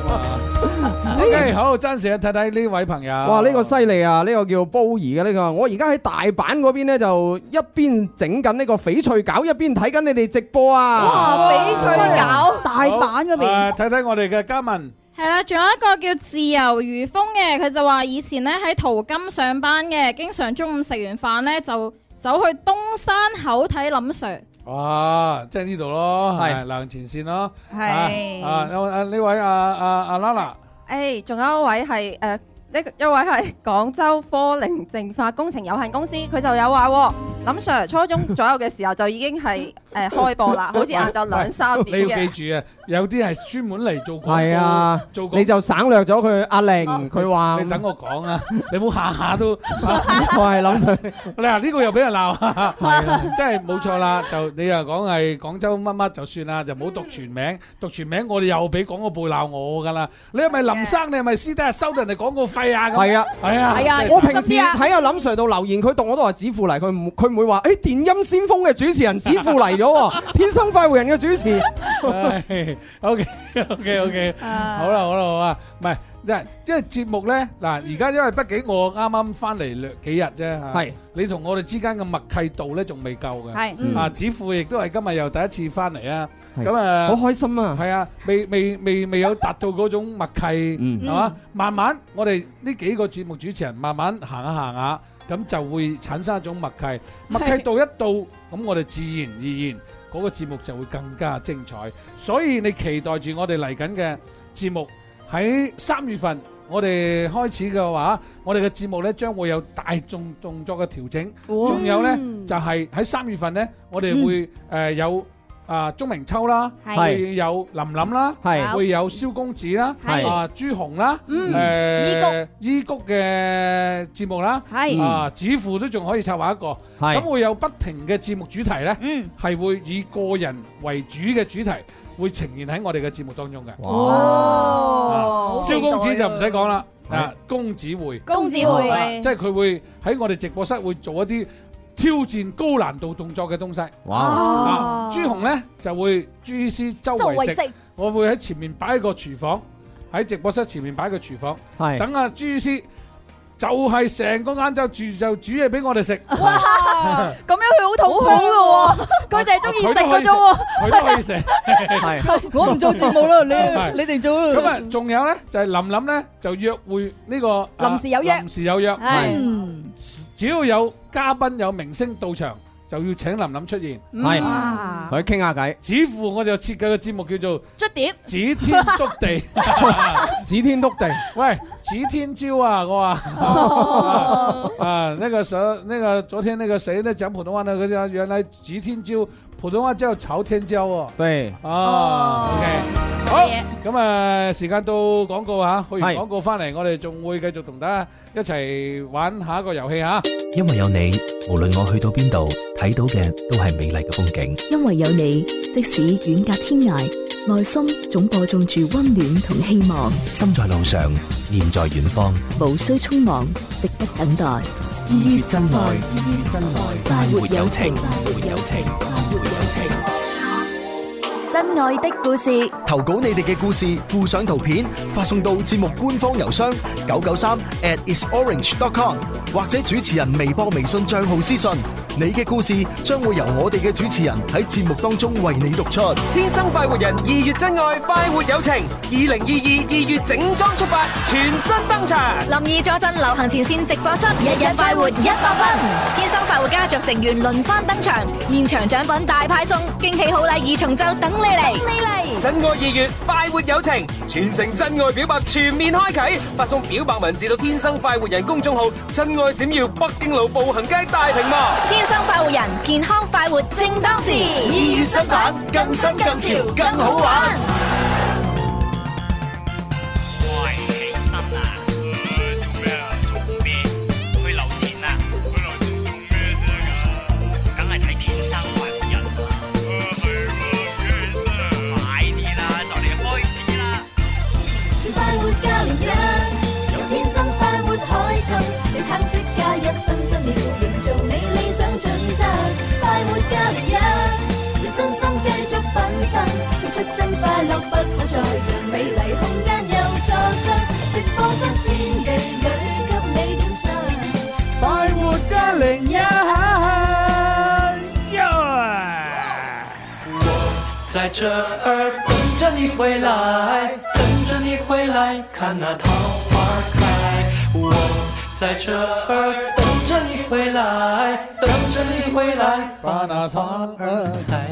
F: OK，好，
H: [laughs]
F: 真時啊睇睇呢位朋友。
H: 哇！呢個犀利啊！呢個叫煲兒嘅呢個，我而家喺大阪嗰邊咧，就一邊整緊呢個翡翠餃，一邊睇緊你哋直播啊！
I: 翡翠餃。
L: 大阪嗰邊。
F: 好誒睇睇我哋嘅嘉文，
K: 系啦，仲有一個叫自由如風嘅，佢就話以前咧喺淘金上班嘅，經常中午食完飯咧就走去東山口睇林 Sir。
F: 哇，即係呢度咯，
H: 係
F: 係行前線咯，啊
L: 係。
F: 啊啊有啊呢位啊啊啊 Lala，
J: 誒，仲有一位係誒呢一位係廣州科寧淨化工程有限公司，佢就有話喎，林 Sir 初中左右嘅時候就已經係誒開
F: [laughs]
J: 播啦，好似晏晝兩三點
F: 你要
J: 嘅。
F: 記住啊，有啲係專門嚟做廣告
H: 係啊
F: 做，廣
H: 你就省略咗佢阿玲，佢話
F: 你等我講啊，你唔好下下
H: [laughs]
F: 都。
H: 我係諗住
F: 嗱呢個又俾人鬧， [laughs] 真係冇錯啦。就你又講係廣州乜乜就算啦，就唔好讀全名，讀全名我哋又俾廣告部鬧我㗎啦。你係咪林生？你係咪私底下收人哋廣告費啊？咁
H: 係啊，
F: 係啊，真係
H: 我平時喺阿林 Sir 度留言，佢當我都係指富嚟，佢唔佢唔會話，誒哎電音先鋒嘅主持人指富嚟
F: [laughs]
H: 咗喎，天生快活人嘅主持，
F: 唉，OK OK OK，好啦好啦好啦，唔係，因為因為節目咧嗱，而家因為畢竟我啱啱翻嚟兩幾日啫嚇，
H: 係
F: 你同我哋之間嘅默契度咧仲未夠嘅，
H: 係嗯
F: 啊，子富亦都係今日又第一次翻嚟啊，
H: 係
F: 咁啊，
H: 好開心啊，
F: 係啊，未未未未有達到嗰種默契，係嘛？慢慢我哋呢幾個節目主持人慢慢行下行下，咁就會產生一種默契。默契到一到，咁我哋自然而然嗰個節目就會更加精彩。所以你期待住我哋嚟緊嘅節目喺三月份。我哋開始嘅話，我哋嘅節目呢將會有大眾動作嘅調整，
L: 哦
F: 仲有呢，就係喺三月份呢，我哋會誒有啊鐘明秋啦，
L: 係
F: 會有林林啦，
L: 係
F: 會有蕭公子啦，
L: 係
F: 啊朱紅啦，
L: 嗯
F: 誒依谷嘅節目啦，
L: 係
F: 啊子父都仲可以策劃一個，
H: 係
F: 咁會有不停嘅節目主題呢，係會以個人為主嘅主題會呈現喺我哋嘅節目當中嘅。
L: 哦
F: 啊
L: 好
F: 蕭公子
L: 期待
F: 就
L: 啊
F: 唔使講啦，啊公子會，
L: 公子會
F: 啊即係佢會喺我哋直播室會做一啲挑戰高難度動作嘅東西。
H: 哇
F: 啊朱紅咧就會朱醫師周圍
L: 周圍
F: 食
L: 食，
F: 我會喺前面擺個廚房，喺直播室前面擺個廚房，
H: 係
F: 等阿朱醫師就係成個晏晝住就煮嘢俾我哋食。
L: 咁樣佢好痛苦嘅喎，佢就係中意食嗰種喎。
F: 佢
L: [laughs]
F: 都
H: [laughs]
F: 可以食，
H: 係
L: 我唔做節目啦你
F: 係
L: 你哋做啦
F: 咁啊，仲有咧就係林林咧就約會呢個啊
L: 臨時有約
F: 臨時有約，
L: 係
F: 只要有嘉賓有明星到場，就要請林林出現。
H: 係同佢傾下偈，
F: 似乎我就設計個節目叫做
L: 捽碟，
F: 指天篤地，
H: 指天篤地，
F: 喂，指天椒啊，我話，啊，那個時候，那個昨天那個誰呢講普通話呢，佢講啊原來指天椒，普通話叫朝天椒哦，
H: 對，
F: 哦，OK，好，咁啊，時間到廣告啊，去完
C: 係
F: 廣告翻嚟，我哋仲會繼續同大家一齊玩下一個遊戲啊。
C: 因為有你，無論我去到邊度，睇到嘅都係美麗嘅風景。
D: 因為有你，即使遠隔天涯，內心總播種住溫暖同希望。
C: 心在路上，念在遠方。
D: 無需匆忙，值得等待。
C: 依於真愛，依於真愛，
D: 快活有情，
C: 活有情，活有
D: 真愛的故事。
M: 投稿你哋嘅故事，附上圖片，發送到節目官方郵箱九九三 at isorange.com，或者主持人微博、微信帳號私信。你嘅故事將會由我哋嘅主持人喺節目當中為你讀出。
A: 天生快活人，二月真愛，快活友情。二零二二二月整裝出發，全新登場。
B: 林怡坐鎮流行前線直播室，日日快活一百分。天生快活家族成員輪番登場，現場獎品大派送，驚喜好禮二重奏等你嚟！你嚟！
A: 真愛二月，快活友情，全城真愛表白全面開啟，發送表白文字到天生快活人公眾號，真愛閃耀北京路步行街大屏幕。
B: 天生快活人，健康快活正當時。
A: 二月新版，更新更潮，更好玩。
N: 喂，起身啦！
E: ừ,
N: 誒，做咩啊？做咩？去留錢啊？去留錢做咩啫？梗係睇天生快活人啦！啊，係喎，起身啊！快啲啦，就嚟開始啦！
E: 快活家聯一，用天生快活開心，即橙色加一分分秒，營造你理想準則。快活家聯一，用身心繼續繽紛，活出真快樂不可再讓美麗空間又錯失。直播室天地裏給你點上，
F: 快活家零一。
G: 在这儿等着你回来，等着你回来，看那桃花开。我在这儿等着你回来，等着你回来，把那花儿采。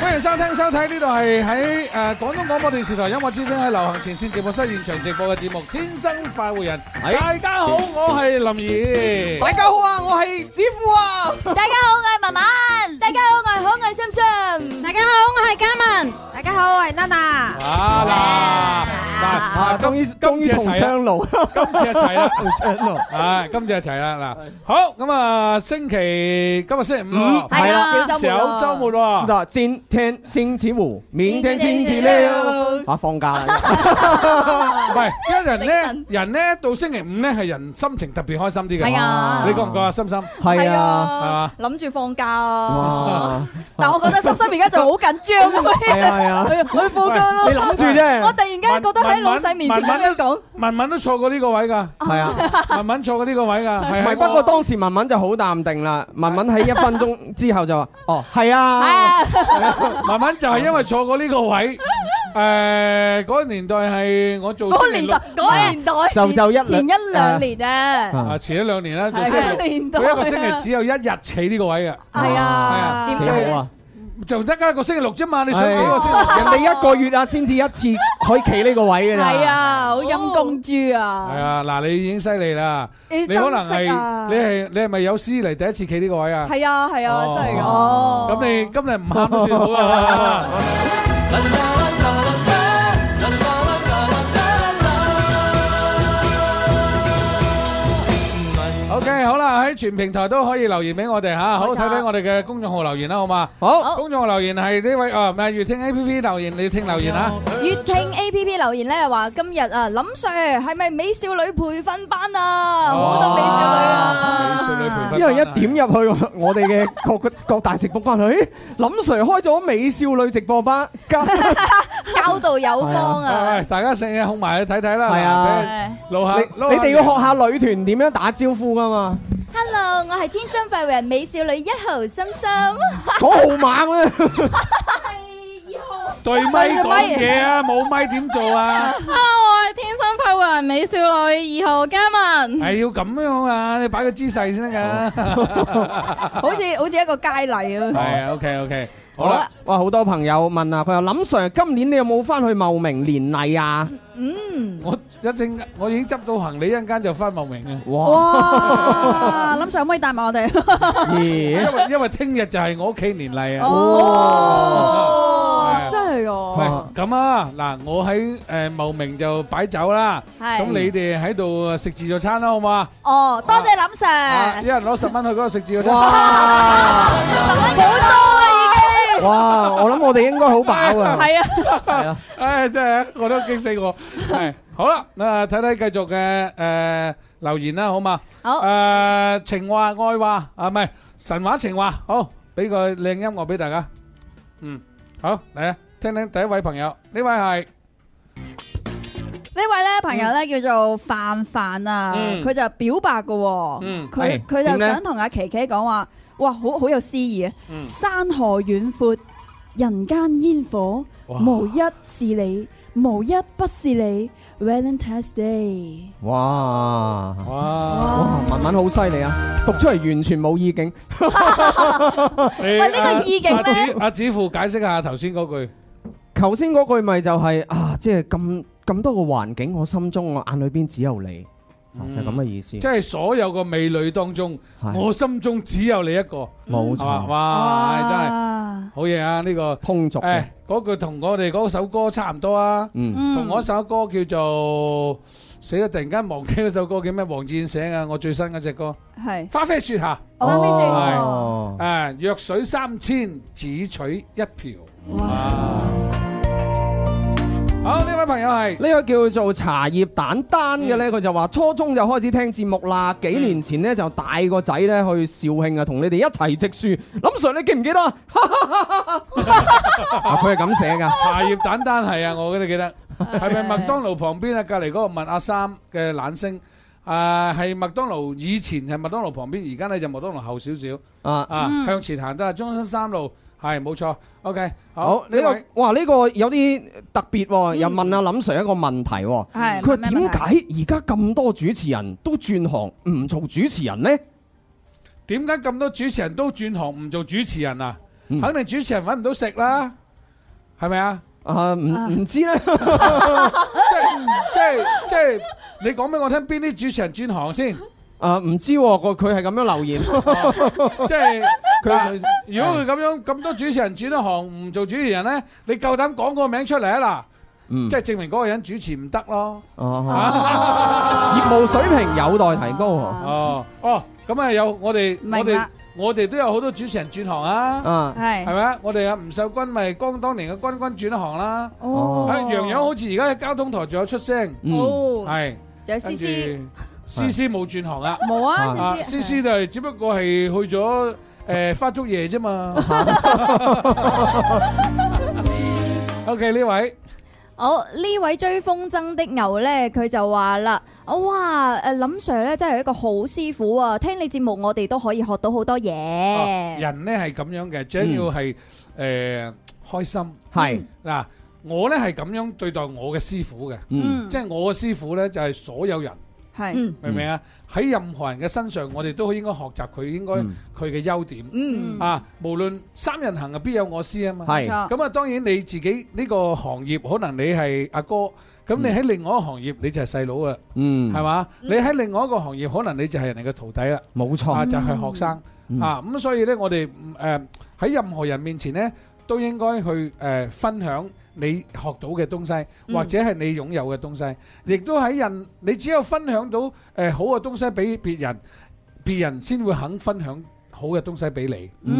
F: 欢迎收听聽收睇呢度係喺誒廣東廣播電視台音樂之聲喺流行前線直播室現場直播嘅節目《天生快活人》。大家好，我係林怡。
O: 大家好啊，我係子富啊。
E: 大家好，我係文文。大家好，我係可愛心心。
K: 大家好，我係嘉文。
J: 大家好，我係 Nana。
F: 啊
H: 啊
F: 嗱嗱，啊終於終於
H: 同窗
F: 路，啊今次一
H: [laughs]
F: 齊啦，啊同窗路，係今次一齊啦嗱。好咁啊，星期今日星期五喎，
H: 係啊啦
F: 小週末喎，
H: 是的，今天星期五，明天星期六，啊，放假
F: [laughs]
H: 啦。
F: [laughs] 唔係，因
L: [laughs]
F: 為人咧，人咧到星期五咧係人心情特別開心啲嘅。
L: 係啊
F: 你覺唔覺啊，心心？
H: 係啊
F: 係嘛？
L: 諗住放假啊
F: 哇！
L: [laughs] 但我覺得心心而家仲好緊張咁
F: 係啊係 [laughs] 啊
L: 佢放假咯。
F: 喂你諗住啫
L: 我突然間覺得喺老細面前咁樣講，
F: 文文都錯過呢個位㗎，
H: 係
F: [laughs]
H: 啊，
F: 文文錯過呢個位㗎，
H: 唔係，
F: 係
H: 不過當時文文就好淡定啦。文文喺一分鐘之後就話：哦，係
F: [laughs]
H: 啊，
F: 啊，文文就係因為錯過呢個位。誒，嗰個年代係我做
L: 嗰個
F: 星
L: 年
F: 期六
L: 代，嗰個年代
F: 就就一兩
L: 前一兩年啫。
F: 啊，遲咗兩年啦，做
L: 係
F: 星期
L: 兩年
F: 六
L: 代啊
F: 佢一個星期只有一日企呢個位嘅。
L: 係啊
H: 點
F: 係
H: 解啊？
F: 就得一個星期六啫嘛，你想幾個星期六
H: 人
F: 啫？
H: 哋一個月啊先至一次可以企呢個位㗎咋。
F: à.
L: 係啊，好陰公豬啊！
F: 係啊，嗱，你已經犀利啦，
L: 要
F: 你可能
L: 珍惜啊
F: 係你係你係咪有史以嚟第一次企呢個位啊？
L: 係啊，係啊，真係㗎。哦
F: 咁你今日唔喊都算好
H: [laughs]
F: 啊！OK，好啦，喺全平台都可以留言俾我哋吓，好
L: 冇錯
F: 睇睇我哋嘅公眾號留言啦，好嘛？
L: 好
F: 公眾號留言係呢位啊，咩粵聽 A P P 留言，你要聽留言啊。
L: 粵聽 A P P 留言咧話：今日啊，林 Sir 係咪美少女培訓班啊？好多美少女啊！
H: 因為一點入去我哋嘅各個各大直播間，咦，林 Sir 開咗美少女直播班，加
L: 教導有方啊！
F: 喂，大家成日控埋去睇睇啦。
H: 係啊，
F: 露下，
H: 你你哋要學下女團點樣打招呼噶嘛？
I: Hello，我係天生快活人美少女一號心心。
L: [laughs]
H: 講號
F: [laughs]
H: 碼咩？
F: 對咪講嘢啊，冇咪點做啊？
K: 啊，我係天生快活人美少女二號嘉文。
F: 係要咁樣啊，你擺個姿勢先得㗎。
L: 好似好似一個佳麗咁。
F: 係啊，OK OK，
H: 好啦，哇，好多朋友問啊，佢話林 Sir 今年你有冇翻去茂名年例啊？
L: 嗯，
F: 我一陣我已經執到行李，一陣間就翻茂名啊。
L: 哇！林 Sir 可唔可以帶埋我哋？
F: [laughs] 因為因為聽日就係我屋企年例啊。
L: 哦，
F: 係
L: 真係
F: 喂
L: 㗎。，
F: 咁啊，嗱，我喺誒茂名就擺酒啦，
L: 係
F: 咁你哋喺度食自助餐啦，好嘛？
L: 哦，多謝林
F: 啊，一
L: Sir，
F: 人攞十蚊去嗰度食自助餐。
L: 好多啊已經。
H: [laughs] 哇！我諗我哋應該好飽啊。
L: 係啊。
F: 係啊，唉，真係啊我都激死我。係好啦，嗱，睇睇繼續嘅誒留言啦，好嘛？
L: 好
F: 誒，情話愛話啊，唔係神話情話，好，俾個靚音樂俾大家。嗯，好嚟啊，聽聽第一位朋友，
L: [laughs]
F: 呢位係
L: 呢位咧朋友咧叫做范范啊，
F: 嗯
L: 佢就表白嘅喎，
F: 嗯
L: 佢
F: 係
L: 佢就
F: 點咧
L: 想同阿琪琪講話，哇，好好有詩意啊！
F: 嗯
L: 山河遠闊，人間煙火，
F: 哇
L: 無一是你，無一不是你。Valentine's Day，
H: 哇！
F: 哇！
H: 文文好犀利啊，讀出嚟完全冇意境。
F: 喂
L: 呢個意境咧
F: 阿子富解釋下頭先嗰句。
H: 頭先嗰句咪就係啊，即係咁咁多個環境，我心中我眼裏邊只有你，啊就係咁嘅意思
F: 即。係所有個美女當中，我心中只有你一個，
H: 冇錯
F: 係嘛哇，真係
L: 啊，
F: 好嘢啊！呢個
H: 通俗嘅
F: 誒，嗰句同我哋嗰首歌差唔多啊，
H: 嗯
F: 同我首歌叫做死啦！突然間忘記嗰首歌叫咩？黃志寫啊，我最新嗰隻歌
L: 係
F: 《花飛雪下》。
L: 花飛雪下
F: 係誒，弱水三千，只取一瓢。哇！好，呢位朋友係嗯
H: 呢個叫做茶葉蛋丹嘅呢，佢就話初中就開始聽節目啦，幾年前呢，就帶個仔呢去肇慶啊，同你哋一齊植樹。林 Sir 你記唔記
F: [laughs]
H: 得啊？啊佢係咁寫㗎。
F: 茶葉蛋蛋係啊，我記得記得，係咪麥當勞旁邊啊？隔離嗰個問阿三嘅懶星，啊係麥當勞以前係麥當勞旁邊，而家咧就麥當勞後少少，
H: 啊
F: 啊
H: 嗯
F: 向前行得啦，中山三路係冇錯，OK
H: 好
F: 好
H: 呢
F: 呢
H: 個
F: 位嗯
H: 哇呢個有啲特別喎，又問阿林 Sir 一個問題喎。
L: 係
H: 佢話
L: 問咩問
H: 點解而家咁多主持人都轉行唔做主持人呢？
F: 點解咁多主持人都轉行唔做主持人啊？肯定主持人揾唔到食啦，係咪啊？
H: 啊，唔唔知咧，即
F: 係即係即係，你講俾我聽邊啲主持人轉行先？
H: 啊，唔知喎個佢係咁樣留言，
F: 哦即係
H: [laughs] 佢
F: 嗱如果佢咁樣咁多主持人轉咗行唔做主持人咧，你夠膽講個名出嚟啊嗱？
H: 嗯
F: 即係證明嗰個人主持唔得咯。 [laughs]
H: 哦，業務水平有待提高喎。
F: 哦哦，咁啊有我哋
H: 明
F: 我哋
H: 啦
F: 我哋都有好多主持人轉行啊
H: 啊，
F: 係
H: 係
F: 咪啊？我哋啊吳秀君咪剛當年嘅君君轉咗行啦。
L: 哦
F: 啊楊洋好似而家喺交通台仲有出聲，
L: 嗯哦
F: 係，
L: 仲有思思
F: 跟住思思冇轉行啦，
L: 冇啊思思
F: 思思就係只不過係去咗誒花燭夜啫嘛。OK 呢位。
I: 好呢位追風箏的牛呢，佢就話啦：，我哇誒林 Sir 咧真係一個好師傅啊！聽你節目我哋都可以學到好多嘢。
F: 人咧係咁樣嘅，最緊要係誒開心。
H: 係
F: 嗱，我咧係咁樣對待我嘅師傅嘅，
H: 嗯
F: 即係我嘅師傅咧就係所有人，
L: 係
F: 明唔明啊？喺任何人嘅身上，我哋都應該學習佢應該佢嘅優點。
L: 嗯
F: 啊，無論三人行啊，必有我師啊嘛。
H: 係冇錯
F: 咁啊，當然你自己呢個行業，可能你係阿哥，咁你喺另外一個行業你就係細佬啦，
H: 嗯，
F: 係嘛？你喺另外一個行業，可能你就係人哋嘅徒弟啦。
H: 冇
F: 啊，
H: 錯，
F: 就係學生、啊，咁所以呢，我哋誒喺任何人面前呢，都應該去誒、呃分享你學到嘅東西，
L: 嗯
F: 或者係你擁有嘅東西，亦都喺人你只有分享到誒、呃好嘅東西俾別人，別人先會肯分享。好嘅東西俾你，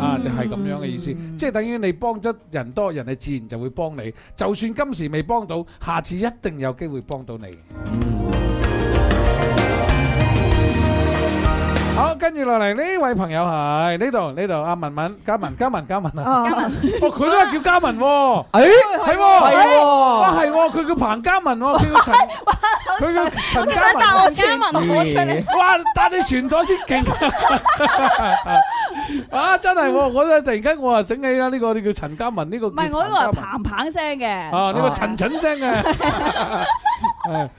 F: 啊就係咁樣嘅意思，即係等於你幫得人多，人哋自然就會幫你。就算今時未幫到，下次一定有機會幫到你。好，跟住落嚟呢位朋友係呢度呢度阿文文嘉文嘉文嘉文啊，
L: 嘉
F: 文哦佢都係叫嘉文喎，
H: 誒
F: 係喎
H: 係喎
F: 哇係喎，佢叫彭嘉文喎，佢叫陳佢叫
K: 我
F: 陳嘉文，
K: 點解答我全
F: 陳嘉文哇答你全朵先 [laughs] 勁啊真係喎，我咧突然間我啊醒起啦，呢個你叫陳嘉文呢個唔
P: 唔係我呢個係嘭嘭聲嘅。
F: 啊 [laughs] 呢個陳陳聲嘅。係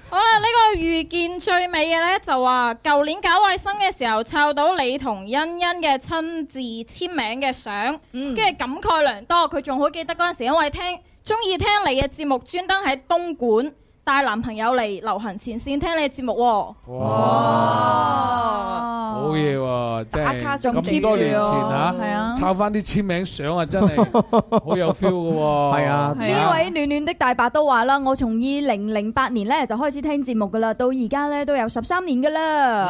K: 好啦，呢、個遇見最美嘅呢，就話，舊年搞衞生嘅時候，湊到你同欣欣嘅親自簽名嘅相，跟住、感慨良多。佢仲好記得嗰陣時，因為聽中意聽你嘅節目，專登喺東莞帶男朋友嚟流行前線聽你嘅節目喎。
F: 好嘢喎，真
K: 打
F: 係
K: 卡仲
F: 咁
K: keep
F: 多年前
K: 住
F: 嚇
K: 喎係啊，
F: 抄翻啲簽名相啊，真係好有 feel 嘅喎。
H: 係啊
I: 呢位暖暖的大白都話啦，我從二零零八年咧就開始聽節目噶啦，到而家咧都有十三年噶啦，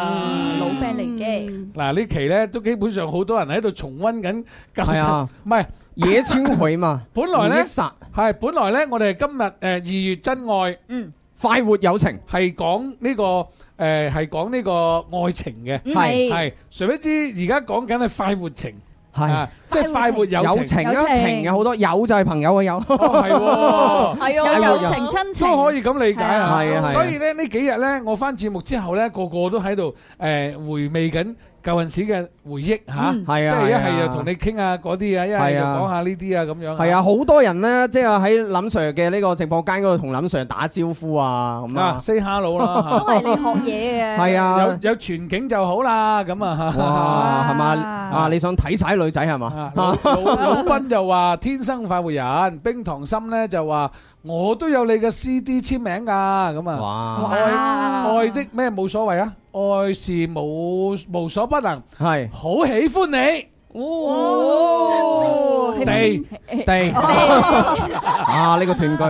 I: 老 friend 嚟嘅。
F: 嗱呢期咧都基本上好多人喺度重温緊，
H: 係啊，
F: 唔係
H: 野千
F: [laughs]
H: 惠嘛，
F: 本來咧
H: 回憶殺
F: 係本來咧，我哋今日誒二月真愛，
I: 嗯，
H: 快活友情
F: 係講呢個誒係講呢個愛情嘅，
H: 係
F: 係，誰不知而家講緊係快活情，
H: 係
F: 啊即係快活友
H: 友情啊，情有好多，友就係朋友嘅友，
F: 哦
P: [laughs] 係喎有友情親情
F: 都可以咁理解啊。
H: 係啊係啊
F: 所以咧呢幾日咧，我翻節目之後咧，個個都喺度誒回味緊舊陣時嘅回憶嚇，
H: 嗯係啊
F: 即係一
H: 係
F: 係
H: 啊
F: 就同你傾下嗰啲啊，一係就
H: 係啊
F: 講下呢啲啊咁樣。
H: 係啊，。好多人咧，即係喺林 Sir 嘅呢個直播間嗰度同林 Sir 打招呼啊，咁
F: 啊
H: 啊
F: ，say hello 啦，
P: [laughs]
I: 都係你學嘢嘅。
H: 係啊
F: 有有全景就好啦，咁啊，
H: 哇，係嘛啊？你想睇晒女仔係 [laughs] 嘛？
F: 老老老斌就話天生快活人，冰糖心咧就話我都有你嘅 CD 簽名㗎，咁啊，愛愛的咩冇所謂啊，愛是無無所不能，
H: 係
F: 好喜歡你。
I: 哦
F: 地
H: 地啊！呢個斷句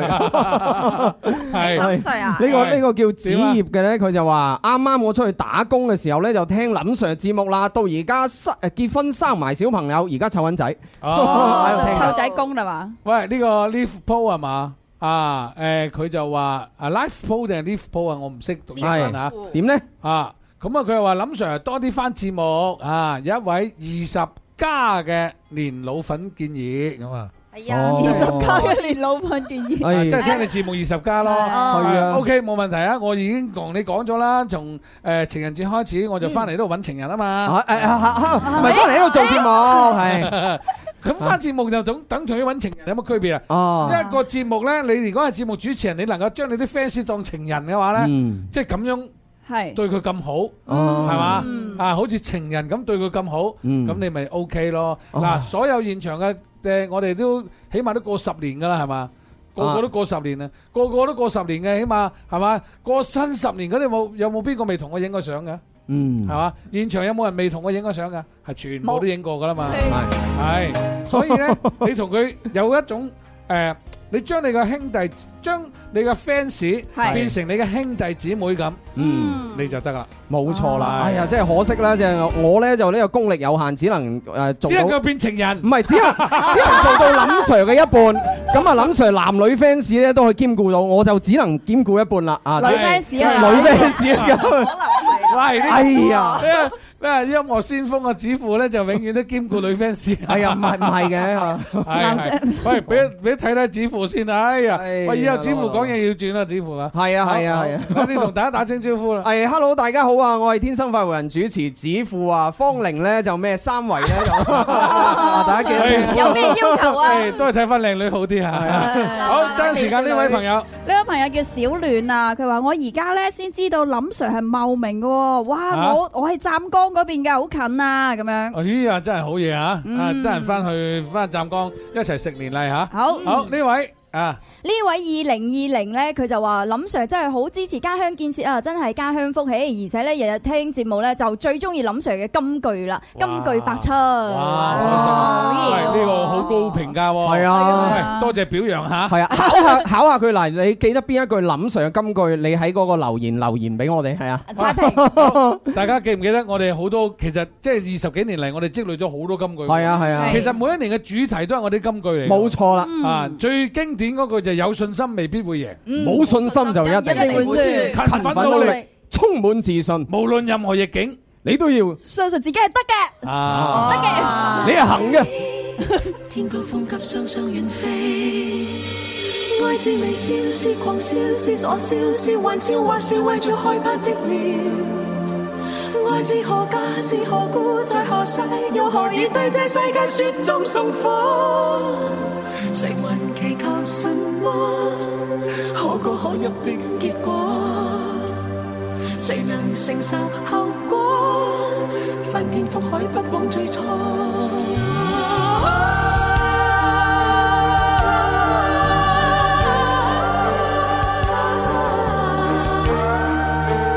H: 係
J: 林 Sir 啊
H: 呢個呢個叫子
J: 點啊
H: 葉嘅咧，佢就話啱啱我出去打工嘅時候咧，就聽林 Sir 節目啦，到而家生誒結婚生埋小朋友，而家湊緊仔。 [laughs]
F: 哦
H: 喺度聽緊
L: 湊仔公啦嘛，
F: 喂，呢個 leaf pool 係嘛？啊，誒佢就話啊 life pool 定係 leaf pool 啊？我唔識讀英文啊。
H: 係點咧？
F: 啊，咁啊佢又話林 Sir 多啲翻節目啊，有一位二十加嘅年老粉建議咁啊。
P: 係
F: 哦
P: 啊，二十加嘅年老闆建議。
L: 哎
F: 啊即係聽你節目二十加咯，
P: 係啊
F: o k 冇問題啊！我已經同你講咗啦，從誒情人節開始，
P: 嗯
F: 我就翻嚟呢度揾情人啊哎嘛
H: 啊，誒啊唔係翻嚟呢度做節目係。
F: 哎 [laughs] 咁翻節目就等等同於揾情人有乜區別啊？
H: 哦
F: 一個節目咧，你如果係節目主持人，你能夠將你啲 fans 當情人嘅話咧，
H: 嗯
F: 即係咁樣
L: 係
F: 對佢咁好，
H: 哦
F: 係嘛？啊，好似情人咁對佢咁好，咁、
H: 嗯
F: 你咪 O K 咯。
H: 哦
F: 嗱、所有現場嘅誒，我哋都起碼都過十年噶啦，係
H: 啊
F: 嘛？個個都過十年啦，個個都過十年嘅，起碼係嘛？過新十年嗰啲冇有冇邊個未同我影過相嘅？
H: 嗯，
F: 係嘛？現場有冇人未同我影過相㗎？係全部都影過㗎啦嘛。係，所以
H: [laughs]
F: 咧，你同佢有一種誒，你將你嘅兄弟，將你嘅 fans
H: 係
F: 變成你嘅兄弟姊妹咁，
H: 嗯，
F: 你就得啦。
H: 冇錯啦
F: 啊，
H: 哎呀，真係可惜啦，就係我咧就呢個功力有限，只能誒做
F: 只能
H: 到
F: 夠。變情人，
H: 唔係，只能只能 [laughs] 做到林 Sir 嘅一半，咁啊林 Sir 男女 fans 咧都可以兼顧到，我就只能兼顧一半啦啊！
F: 女 fans 啊
H: 女 fans 啊咁啊
F: 喂，呢
H: 哎呀
F: 呢呢音樂先鋒嘅指父咧就永遠都兼顧女 fans。
H: 哎呀，唔係唔係嘅嚇，
F: 係係喂，俾俾睇睇指父先啊！哎呀，喂，以後指父講嘢要轉啦，指父啊。
H: 係啊係啊
F: 好
H: 係啊，
F: 好你同大家打聲招呼啦。
H: [laughs] 係 hello 大家好啊，我係天生快活人主持子富啊，方玲咧就咩三圍
F: [laughs]
H: 咧就，大家記得
L: 有咩要求啊
F: 誒都係睇翻靚女好啲啊！ [laughs] 好，爭時間呢位朋友。
L: 呢位朋友叫小暖啊，佢話我而家咧先知道林 Sir 係茂名嘅喎，
F: 啊
L: 哇！我我係湛江嗰邊嘅，好近啊，咁樣。
F: 哎呀，真係好嘢啊！
H: 嗯
F: 啊，得閒翻去翻湛江一齊食年例吓。
L: 好
F: 好呢位啊，
I: 呢位二零二零咧，佢就話林 Sir 真係好支持家鄉建設啊，真係家鄉福起，而且咧日日聽節目咧就最中意林 Sir 嘅金句啦，金句百出。
F: 哇，好嘢！喂呢個好高評價喎。
H: 係啊
F: 喂多謝表揚吓。
H: 係啊，考下考下佢嗱，你記得邊一句林 Sir 嘅金句？你喺嗰個留言留言俾我哋係啊。 [laughs]
F: 大家記唔記得我哋好多其實即係二十幾年嚟，我哋積累咗好多金句。
H: 係啊係啊
F: 其實每一年嘅主題都係我啲金句嚟。
H: 冇錯啦
F: 啊，最經典嗰句就係有信心未必會贏，
H: 冇信心就一定
F: 一定會輸
H: 勤奮努力，充滿自信，
F: 無論任何逆境，
H: 你都要
L: 相信自己係得嘅。
F: 啊，
L: 得嘅
H: 你係行嘅。
E: 天高風急，雙雙遠飛。愛是微笑，是狂笑，是傻笑，是玩笑，或是為著害怕寂寥。愛是何價，是何故，在何世，又何以對這世界雪中送火？誰還祈求什麼？可歌可泣的結果。誰能承受後果？翻天覆海，不枉最初。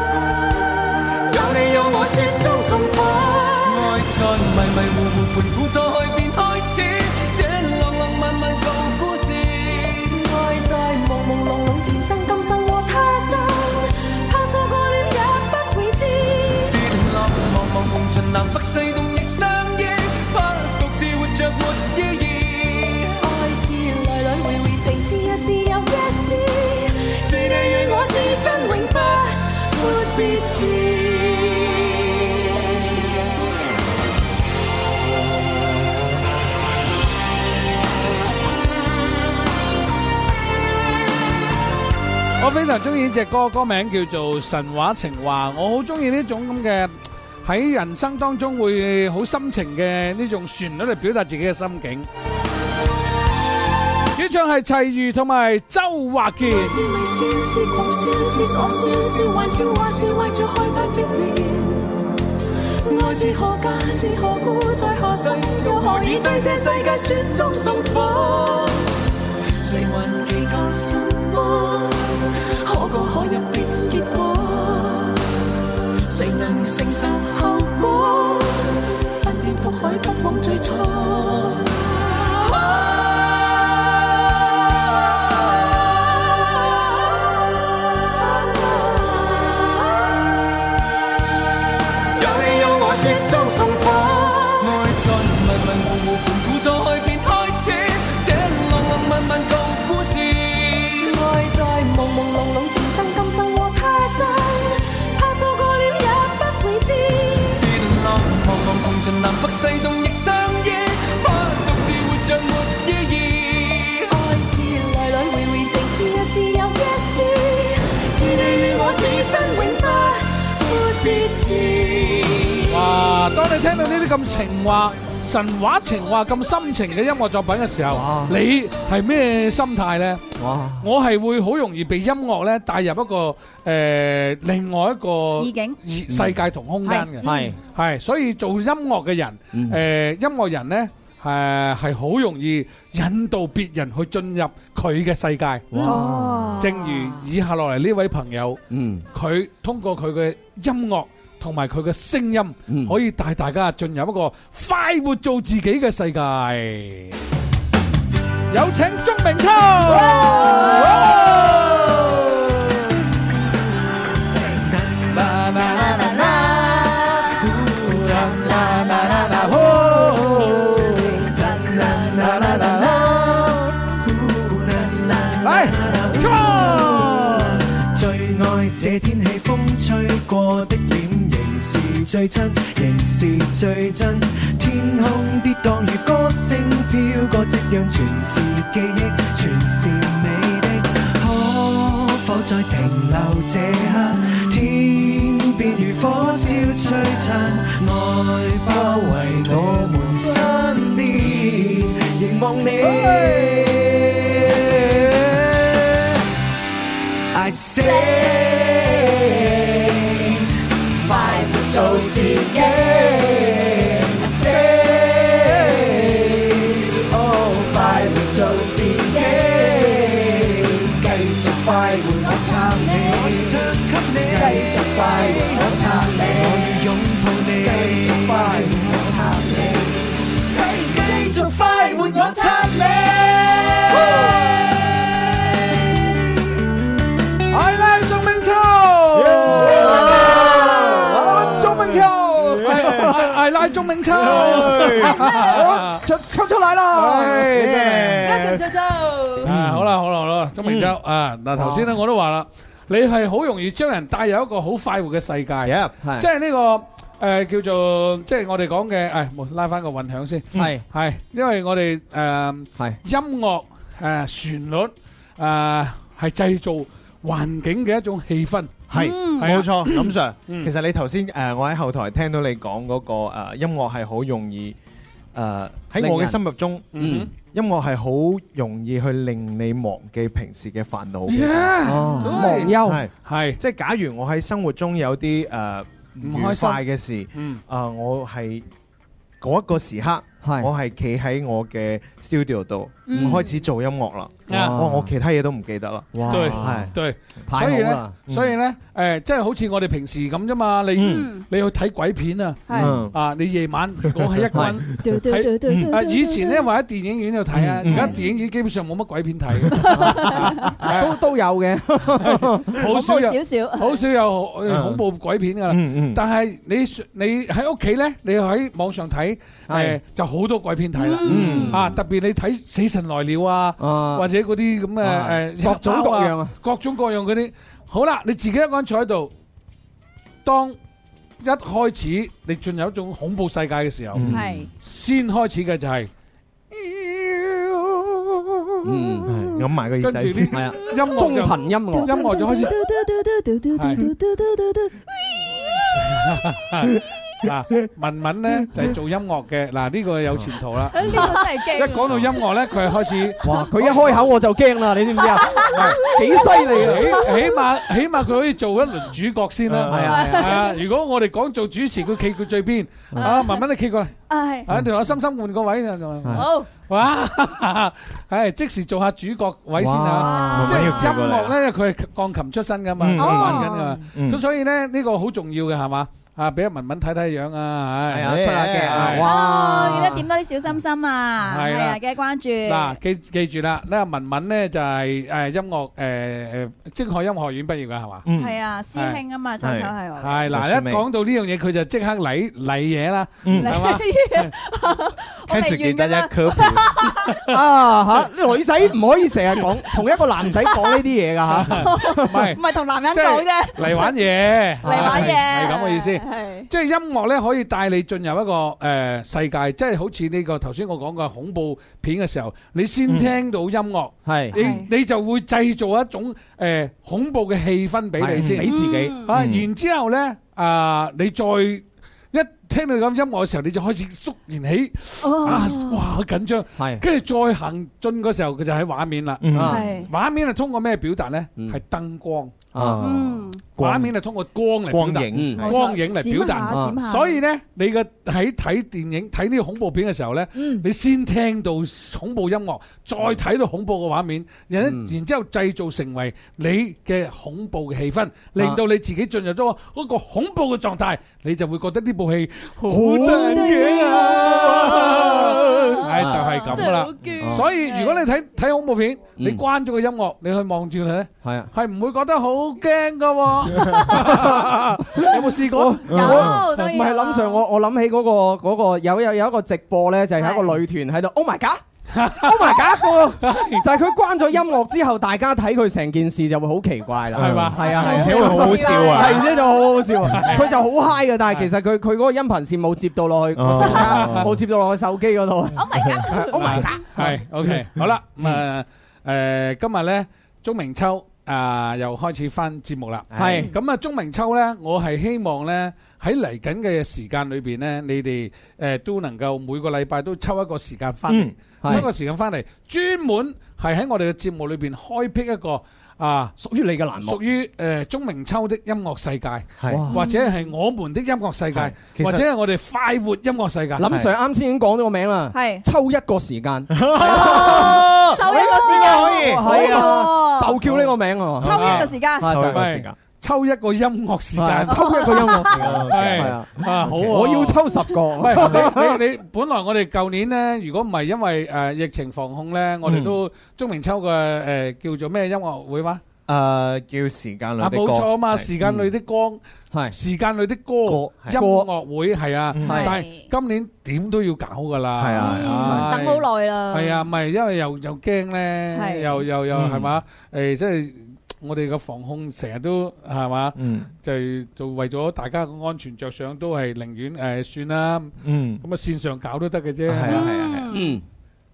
N: 有你有我雪中送火，愛在迷迷糊糊盤古初開便開始，這浪浪漫漫舊故事。愛大茫茫浪浪前生今生和他生，拍拖過戀也不會知。跌落茫茫紅塵南北西東亦相依，不獨自活着沒意義。愛是來來回回，情是一絲又一絲，是你與我至身永不闊別時。
F: 我非常中意呢只歌，歌名叫做《神話情話》。我好中意呢種咁嘅喺人生當中會好深情嘅呢種旋律嚟表達自己嘅心境。主唱係齊豫同埋周華健。
E: 是微笑，是狂笑，是傻笑，是玩笑，或是為著害怕寂寥。愛是何價，是何故，在何世，又何以對這世界雪中送火？誰還祈求什麼？可歌可泣的結果，誰能承受後果？翻天覆海，不枉最初。
N: 有你有我雪中送火，愛在迷迷糊糊盤古初開便開始，這浪浪漫漫舊故事。愛在朦朦朧朧前生今生和他生，拍拖過了也不會知。變浪茫茫紅塵南北西東亦相依，不獨自活着沒意義。愛是來來回回，情是一絲又一絲，似你與我此生永不闊別時。
F: 哇！當你聽到呢啲咁情話、神話情話咁深情嘅音樂作品嘅時候，你係咩心態呢？
H: 哇！
F: 我係會好容易被音樂咧帶入一個誒、呃另外一個
L: 意境
F: 異世界同空間嘅，
L: 嗯係
F: 係所以做音樂嘅人，誒、音樂人咧。誒係好容易引導別人去進入佢嘅世界。
L: 哇
F: 正如以下落嚟呢位朋友，
H: 嗯，
F: 佢通過佢嘅音樂同埋佢嘅聲音，可以帶大家進入一個快活做自己嘅世界。有請鐘明秋。
Q: 最愛這天氣，風吹過的臉仍是最真，仍是最真。天空跌宕如歌聲飄過，夕陽全是記憶，全是你的。可否再停留這刻？天邊如火燒璀璨，愛包圍我們身邊，凝望你。I say，快活做自己。I say，哦，快活做自己，繼續快活我撐你，繼續快活我撐你，我要擁抱你，繼續快活我撐你，繼續快活我撐你。
F: I like 钟明秋。
H: 钟明秋
F: ，I like 钟明秋。 [laughs]
H: 好出抽出嚟啦！
F: Yeah À, 啊，好啦，好啦，好啦，钟明洲啊，嗱，頭先咧我都話啦，你係好容易將人帶入一個好快活嘅世界，
H: 係
F: 即係呢個誒叫做即係我哋講嘅，誒冇拉翻個混響先，
H: 係
F: 係，因為我哋誒音樂誒旋律誒係製造環境嘅一種氣氛，
R: 係
F: 係啊
R: 冇錯，
F: [coughs]
R: 林 Sir。
F: 嗯
R: 其實你頭先誒，我喺後台聽到你講嗰個誒音樂係好容易誒喺我嘅心目中，
F: 嗯
R: 音樂係好容易去令你忘記平時嘅煩惱嘅，
F: Yeah，
R: 哦
F: 對
R: 係
F: 係
R: 即係假如我喺生活中有啲誒唔
F: 唔
R: 愉
F: 開心
R: 快嘅事，
F: 嗯
R: 啊我係。嗰一個時刻，我係企喺我嘅 studio 度，
F: 嗯
R: 開始做音樂啦。
F: 啊
R: 我我其他嘢都唔記得啦。
F: 對
R: 係
F: 對，
R: 太
F: 所以
R: 好
F: 咧
R: 啦，嗯
F: 所以咧，誒，即係好似我哋平時咁啫嘛。你
R: 嗯
F: 你去睇鬼片啊
R: 係，
F: 啊，你夜晚如果係一個人
R: 係
F: 喺
R: 嗯
F: 啊，以前咧話喺電影院度睇啊，
R: 嗯
F: 而家
R: 嗯
F: 電影院基本上冇乜鬼片睇，
H: 都都有嘅，
F: 好少有
H: 恐怖少少
F: 好少有呃恐怖鬼片噶啦
R: 嗯嗯。
F: 但係你你喺屋企咧，你喺網上睇誒
R: 係
F: 就好多鬼片睇啦
R: 嗯。
F: 啊，特別你睇《死神來了》啊，
R: 啊
F: 或者嗰啲咁
R: 啊
F: 嘅呃誒
R: 各種各樣啊，
F: 各種各樣嗰啲。好啦，你自己一個人坐喺度，當一開始你進入一種恐怖世界嘅時候
R: 嗯，
L: 係
F: 先開始嘅就係。
R: 嗯，係揞埋個耳仔
F: 跟
R: 先，
F: 住啲音樂就中頻音樂音樂就開始 [laughs] 嗱，啊文文咧就係做音樂嘅，嗱呢個有前途啦。
L: [laughs] 呢個真係啊
F: 一
L: 驚。
E: [laughs]
F: 講到音樂咧，佢係開始，
H: [laughs] 哇！佢一開口我就驚啦，
F: [laughs]
H: 你知唔知啊？幾犀利啊！
F: 起起碼起碼佢可以做一輪主角先啦。
H: 係啊係啊
F: 啊！如果我哋講做主持，佢企佢最邊，啊文文你企過嚟，
L: 唉，
F: 啊同我深深換個位啊，仲係
L: 好。
F: 哇！ [laughs] 係即時做下主角位先啊！
R: 哇
F: 即係
R: 文文要企
F: 音
R: 過嚟啊
F: 樂咧，佢係鋼琴出身噶嘛，
R: 嗯
F: 佢玩緊噶嘛，
R: 嗯
F: 咁所以咧呢個好重要嘅係嘛？啊，俾阿文文睇睇樣啊，
R: 係啊出下鏡啊
F: 係
R: 哇
L: 哦，記得點多啲小心心啊，
F: 係
L: 係
F: 啦
L: 啊，記得關注。
F: 嗱，記記住啦，呢個文文咧就係誒音樂誒誒精海音樂學院畢業嘅係嘛？
L: 係啊，師兄啊嘛，秋秋係我。[laughs]
F: 嗯係嗱，一講到呢樣嘢，佢就即刻禮禮嘢啦，
L: [laughs]
F: 嗯係嘛？
R: 開始記得一科普。
H: 啊嚇！啲女仔唔可以成日講同一個男仔講呢啲嘢㗎嚇。
F: [laughs] 唔係
L: 唔係同男人講啫，
F: 嚟玩嘢，嚟
L: 玩嘢
F: 係咁嘅意思。
L: 係
F: 即係音樂咧，可以帶你進入一個誒、呃世界，即係好似呢、個頭先我講嘅恐怖片嘅時候，你先聽到音樂，
H: 係
F: 你你就會製造一種誒、呃恐怖嘅氣氛俾你先，
H: 係俾自己
F: 啊，
H: 嗯
F: 然之後咧啊，你再。一聽到咁音樂嘅時候，你就開始肅然起，
G: 哦
F: 啊，哇，好緊張，跟住再行進嗰時候，佢就喺畫面啦。
G: 嗯
F: 啊
G: 係
F: 畫面係通過咩表達咧？係燈光。
G: 啊嗯
F: 畫面係通過光嚟表達
G: 光影啊嗯
F: 光影嚟表
G: 閃下閃下
F: 達。所以咧，你嘅喺睇電影、睇呢個恐怖片嘅時候咧，
G: 嗯
F: 你先聽到恐怖音樂，再睇到恐怖嘅畫面，然
G: 嗯
F: 然之後製造成為你嘅恐怖嘅氣氛，
G: 啊
F: 令到你自己進入咗嗰個恐怖嘅狀態，你就會覺得呢部戲好得意啊！係就係咁啦哦
G: 真係好。驚嗯
F: 所以如果你睇睇恐怖片，你關咗個音樂，你去望住佢咧，
H: 係啊，
F: 係唔會覺得好驚噶喎。 [laughs] 有冇試過？
H: 我唔係諗上我我諗起嗰個嗰個有有有一個直播咧，就係有一個女團喺度，Oh
G: [laughs]
H: my god！Oh my god！嗰 [laughs] 個就係佢關咗音樂之後，大家睇佢成件事就會好奇怪啦，
G: 係嘛
H: 係啊，係啊
G: 而且會好好笑啊
H: 係而且就好好笑啊！佢就好 high 嘅，但係其實佢佢嗰個音頻線冇接到落去，
F: 哦
H: 冇接到落去手機嗰度。Oh my god！
F: 係 OK，好啦，咁啊誒，今日咧鐘明秋啊又開始翻節目啦。
H: 係
F: 咁啊，鐘明秋咧，我係希望咧喺嚟緊嘅時間裏邊咧，你哋誒都能夠每個禮拜都抽一個時間翻嚟，
G: 嗯
F: 抽
G: 係
F: 一個時間翻嚟，專門係喺我哋嘅節目裏邊開闢一個。啊，
H: 屬於你嘅欄目
F: 屬於誒鐘明秋的音樂世界，
H: 係哇
F: 或者係我們的音樂世界，
H: 其實
F: 或者係我哋快活音樂世界。
H: 林 Sir 啱先已經講咗個名啦，
F: 係
H: 抽一個時 [laughs] 間，哦係啊，就叫呢個名啊，啊就係個時間。啊
F: 抽一個音樂時
H: [laughs]
F: 間，
H: 抽一個音樂時間
F: 啊 [laughs] 係
H: 係
F: 啊
H: 啊，
F: 好喎
H: 我要抽十個
F: 喂，
H: [laughs]
F: 你你你本來我哋舊年咧，如果唔係因為誒疫情防控咧，我哋
H: 嗯
F: 都鍾明秋嘅誒叫做咩音樂會話？
H: 啊
R: 誒叫時間裏
F: 啊，
R: 的歌
F: 冇錯啊嘛，
R: 係
F: 時間
H: 嗯
F: 裏的光，
H: 係
F: 時間裏的歌，音
R: 係
F: 樂會係啊，
R: 嗯
F: 但係今年點都要搞㗎啦，
R: 係啊係啊
F: 唉
I: 等好耐啦。
F: 係啊，唔係因為又又驚咧，
I: 係
F: 又又又
R: 嗯
F: 係嘛？誒，即係我哋嘅防控成日都係嘛？就係就為咗大家嘅安全着想，都係寧願誒算啦。
R: 嗯
F: 咁啊線上搞都得嘅啫。
R: 係啊係啊係啊
H: 嗯。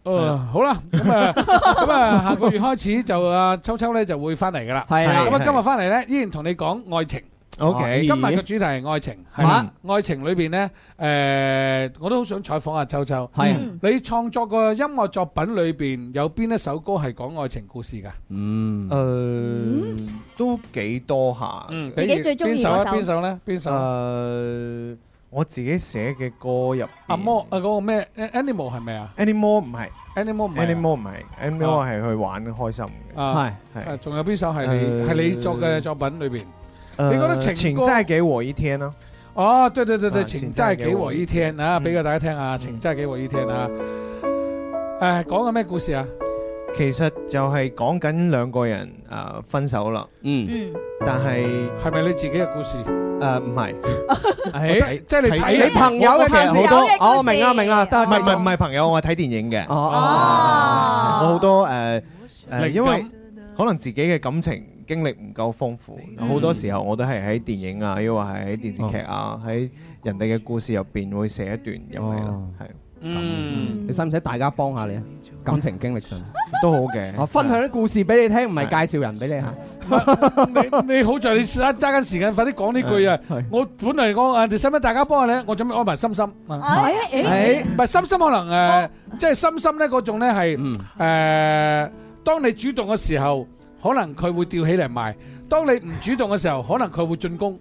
F: 誒好啦，
R: [laughs]
F: 咁啊咁啊，下個月開始就啊秋秋咧就會翻嚟噶啦。
H: 係啊
F: 咁啊今日翻嚟咧，依然同你講愛情。
R: OK
F: 今日嘅主題係愛情，係嘛？愛情裏邊咧，誒，我都好想採訪下秋秋。
H: 係啊
F: 你創作嘅音樂作品裏邊有邊一首歌係講愛情故事㗎？
H: 嗯，
R: 誒都幾多下。
F: 嗯自己最鍾意嗰首邊首咧？邊首？
R: 誒，我自己寫嘅歌入
F: 阿摩啊，嗰個咩？An- Animal 係咪啊？
R: Anymore 唔係
F: ，Anymore 唔係啊
R: ，Anymore 唔係，Anymore 係去玩開心
F: 啊
R: 嘅，
F: 誒仲有邊首係你
R: 誒
F: 係你作嘅作品裏邊？你覺得
R: 誒
F: 情歌
R: 請再給我一天咯？
F: 哦，對對對對，
R: 啊
F: 情
R: 請
F: 真係
R: 再
F: 幾
R: 給
F: 和
R: 我
F: 依
R: 一
F: 天啊！俾個大家聽下，情真係幾和依天啊！誒，講緊咩故事啊？
R: 其實就係講緊兩個人誒分手啦。
E: Ừ.
F: 嗯
R: 但係
F: 係咪你自己嘅故事？
R: 誒唔
F: [laughs]
R: 係，
F: 即即係你睇
R: 你朋友嘅其實好
H: 我朋友嘅故
R: 多，
H: 事哦明啦明啦得
R: 唔係唔係唔係朋友，我係睇電影嘅。我好多誒誒，因為可能自己嘅感情經歷唔夠豐富，
G: 嗯
R: 好多時候我都係喺電影啊，抑或係喺電視劇啊，喺人哋嘅故事入邊會寫一段入嚟咯，係
F: 嗯，
R: Ừ.
H: 你使唔使大家幫下你啊？感情經歷上
R: 都好嘅。
H: 我分享啲故事俾你聽，唔係介紹人俾你啊嚇。
F: 你你好在你揸揸緊時間，快啲講呢句啊！我本嚟講誒，你使唔使大家幫下咧？我準備安排心心啊
G: 哎哎哎
F: 唔係心心可能誒，即係心心咧嗰種咧係誒，當你主動嘅時候，可能佢會吊起嚟賣；當你唔主動嘅時候，可能佢會進攻。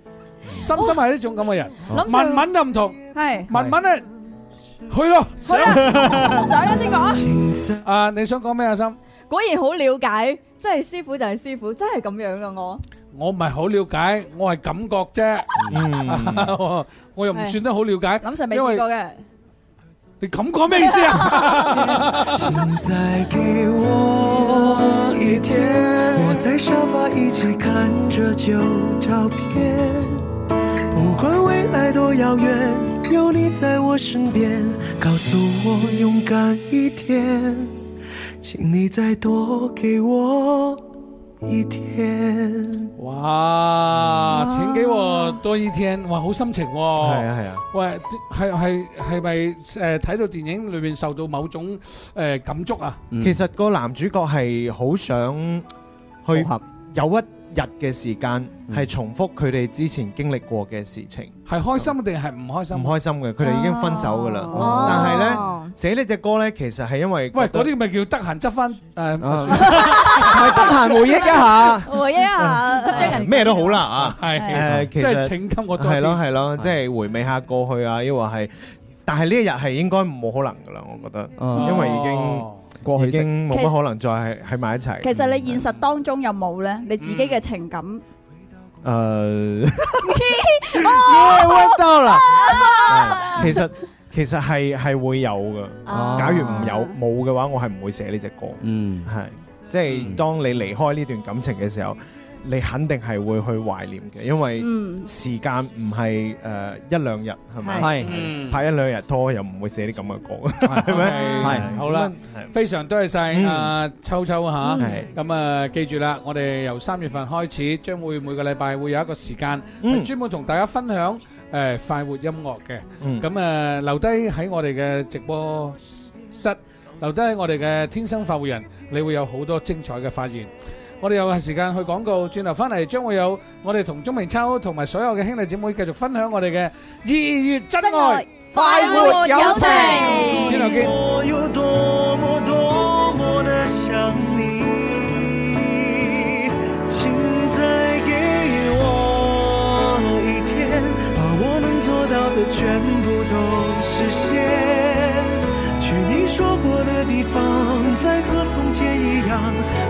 F: 心心係呢種咁嘅人，
G: 諗上
F: 文文就唔同。
L: 係
F: 文文咧，去咯，上
L: 上咗先
F: 講。 [laughs] 啊，你想講咩啊？心，
L: 果然好了解，即係師傅就係師傅，真係咁樣噶我。
F: 我唔係好了解，我係感覺啫。嗯， [laughs] 我又唔算得好了解。
L: 諗上未
F: 因為
L: 試過嘅，
F: 你咁講咩意
L: [laughs]
F: 思啊？
Q: 请再给我一天，我在沙发一起看着旧照片，不管未来多遥远，有你在我身边，告诉我勇敢一点，请你再多给我一天。
F: 哇！請給我多一天，哇，好心情喎。係
R: 啊係啊。
F: 喂，係係係咪誒睇到電影裏邊受到某種誒感觸啊？
R: 其實個男主角係好想去有一日嘅時間係重複佢哋之前經歷過嘅事情。
F: 係開心定係唔開心？
R: 唔開心嘅，佢哋已經分手噶啦。
F: 哦
R: 但係呢，寫呢只歌呢，其實係因為
F: 喂，
R: 覺得
F: 嗰啲咪叫得閒執翻誒，
R: 係得閒回憶一下
L: 回憶一下，執咗人
R: 咩都好啦啊，
F: 係
R: 誒，其
F: 即係
R: 實
F: 請給我多啲
R: 係咯係咯，即係回味下過去啊，抑或係，但係呢一日係應該冇可能噶啦，我覺得，因為已經過去已經冇乜可能再係喺埋一齊。
L: 其實你現實當中有冇咧？你自己嘅情感？ [laughs]
R: [laughs] 誒，
L: 哦耶
R: 溫到啦！其實其實係係會有噶，假如唔有冇嘅話，我係唔會寫呢隻歌。
C: 嗯，
R: 係即係當你離開呢段感情嘅時候，你肯定係會去懷念嘅，因為
L: 嗯
R: 時間唔係誒一兩日係咪？
F: 係嗯
R: 拍一兩日拖又唔會寫啲咁嘅歌， [laughs] 係咪？
F: 係好啦，非常多謝晒阿秋秋嚇
R: 嗯，
F: 咁啊記住啦，我哋由三月份開始，將會每個禮拜會有一個時間，係專門同大家分享誒快活音樂嘅。
R: 嗯
F: 咁誒留低喺我哋嘅直播室，留低喺我哋嘅天生快活人，你會有好多精彩嘅發現。我哋有時間去廣告，轉頭翻嚟將會有我哋同鐘明秋同埋所有嘅兄弟姐妹繼續分享我哋嘅二月真愛
S: 快活友情
F: 轉頭見。
S: 我有多么多么的想你，
Q: 请再给我一天，把我能做到的全部都实现。去你说过的地方，再和从前一样，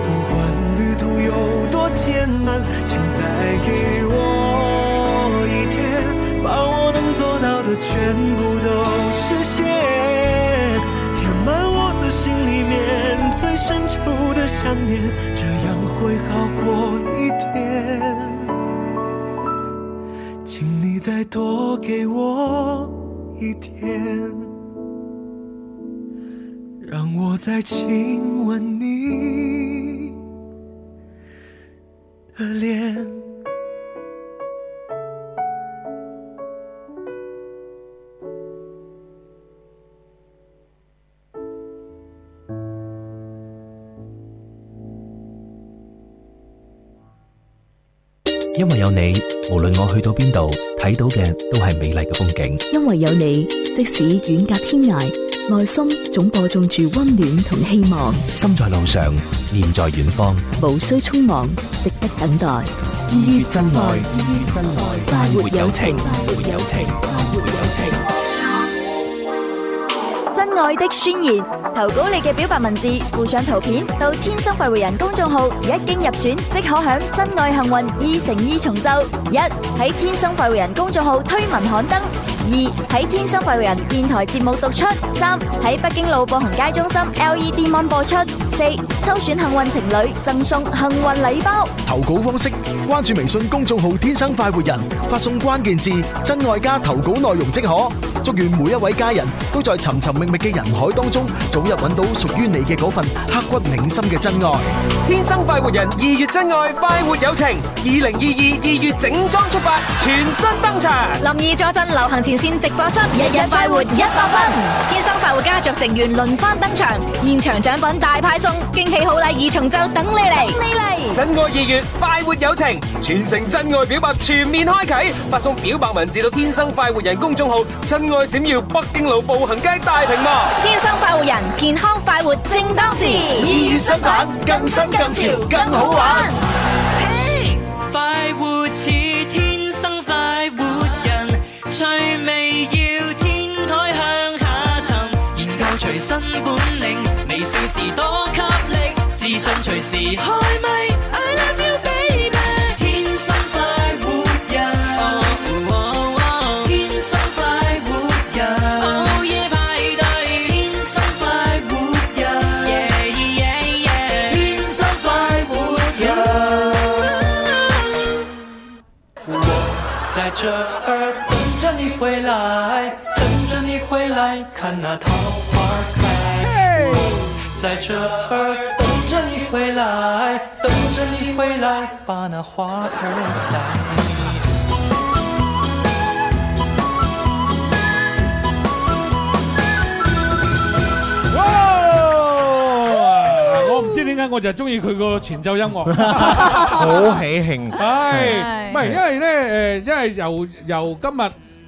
Q: 不管旅途有多艰难，请再给我一天，把我能做到的全部都实现。填满我的心里面最深处的想念，这样会好过一点。请你再多给我一天，让我再亲吻你的脸。
C: 因為有你，無論我去到邊度，睇到嘅都係美麗嘅風景。
D: 因為有你，即使遠隔天涯，內心總播種住溫暖同希望。
C: 心在路上，念在遠方。
D: 無需匆忙，值得等待。
C: 二月真愛，二月真愛，
D: 快活友情，
C: 快活友情，快活友情。
I: 真愛的宣言，投稿你嘅表白文字，附上圖片到天生快活人公眾號，一經入選即可享真愛幸運二乘二重奏。一喺天生快活人公眾號推文刊登。二喺天生快活人電台節目讀出。三喺北京路步行街中心 LED E Mon 播出。四抽選幸運情侶贈送幸運禮包。
M: 投稿方式：關注微信公眾號「天生快活人」，發送關鍵字「真愛家」投稿內容即可。祝願每一位家人都在尋尋覓覓嘅人海當中，早日揾到屬於你嘅嗰份刻骨銘心嘅真愛。
A: 天生快活人二月真愛快活友情，二零二二二月整裝出發，全新登場。
I: 林二坐鎮流行前線直播室，日日快活一百分。天生快活家族成員輪番登場，現場獎品大派送，驚喜好禮二重奏等你嚟！你嚟！
A: 真愛二月快活友情，全城真愛表白全面開啟，發送表白文字到天生快活人公眾號，真愛閃耀北京路步行街大屏幕。
I: 天生快活人，健康快活正當時。
A: 二月新版，更新更潮更好玩。
E: [laughs] 快活似天生快活人，趣味要天台向下沉，研究隨身本領，微笑時多給力，自信隨時開咪。I love you baby，天生快活人，哦哦哦天生快活人，哦耶派對，天生快活人，yeah yeah yeah，天生快活人。
G: 在这儿等着你回来，等着你回来，看那桃花开。在这儿等着你回来，等着你回来，把那花儿采。
F: 哇！我唔知點解解我就係中意佢個前奏音樂，
R: 好喜慶，
F: 係唔係？因為咧誒，因為由由今日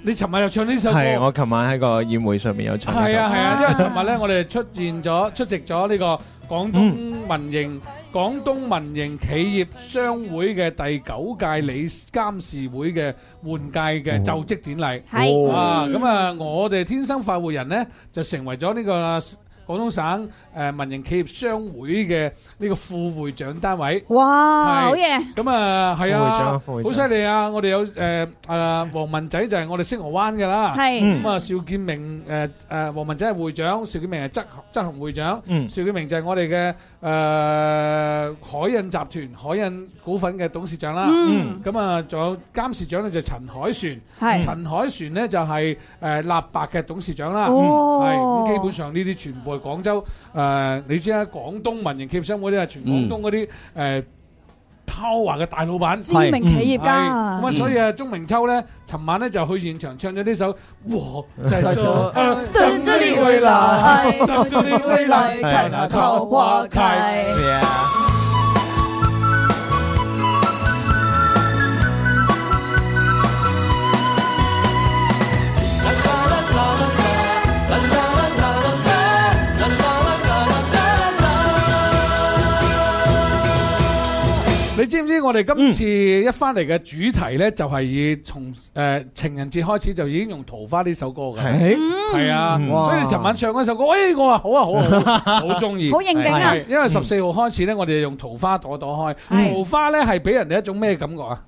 F: 你尋晚又唱呢首歌，
R: 係我琴晚喺個宴會上面有唱呢首歌，
F: 係啊係啊，因為尋日咧我哋出現咗出席咗呢個廣東民營廣東民營企業商會嘅第九屆理監事會嘅換屆嘅就職典禮，
R: 係
F: 啊咁啊，我哋天生快活人咧就成為咗呢個。廣東省誒民營企業商會嘅呢個副會長單位，
L: 哇
F: 係
L: 好嘢
F: 咁啊，係
R: 副會長
F: 啊，
R: 副會
F: 好
R: 長
F: 犀利啊！我哋有誒誒黃文仔就係我哋星河灣嘅啦，
L: 係
F: 咁啊，邵建明誒誒黃文仔係會長，邵建明係執行執行會長，
R: 嗯
F: 邵建明就係我哋嘅誒海印集團海印股份嘅董事長啦，
R: 嗯
F: 咁啊，仲有監事長咧就係陳海旋，
R: 係
F: 陳海旋咧就係誒立白嘅董事長啦，
R: 哦
F: 係咁基本。基本上呢啲全部係廣州誒、呃你知啦，廣東民營企業商會咧係全廣東嗰啲誒。拋華嘅大老闆，
L: 知名企業家
F: 係咁啊，
L: 嗯
F: 所以啊，鐘明秋咧，尋晚咧就去現場唱咗呢首《
R: [laughs]
F: 我在
L: 在
F: 這
L: 這
F: 呃
L: 等着你回
F: 來
L: 來
F: 等着你回來，看那桃花開。 [laughs] 你知唔知我哋
R: 嗯
F: 今次一翻嚟嘅主題咧，就係以從誒情人節開始就已經用《桃花》呢首歌嘅
R: 係，
F: 係啊，
R: 嗯
F: 所以你尋晚唱嗰首歌，誒我話好啊好啊好啊，
R: [laughs]
F: 好中意，
R: 好應景啊
F: 係因為十四號開始咧，我哋用《桃花朵朵開》，桃花咧係俾人哋一種咩感覺啊？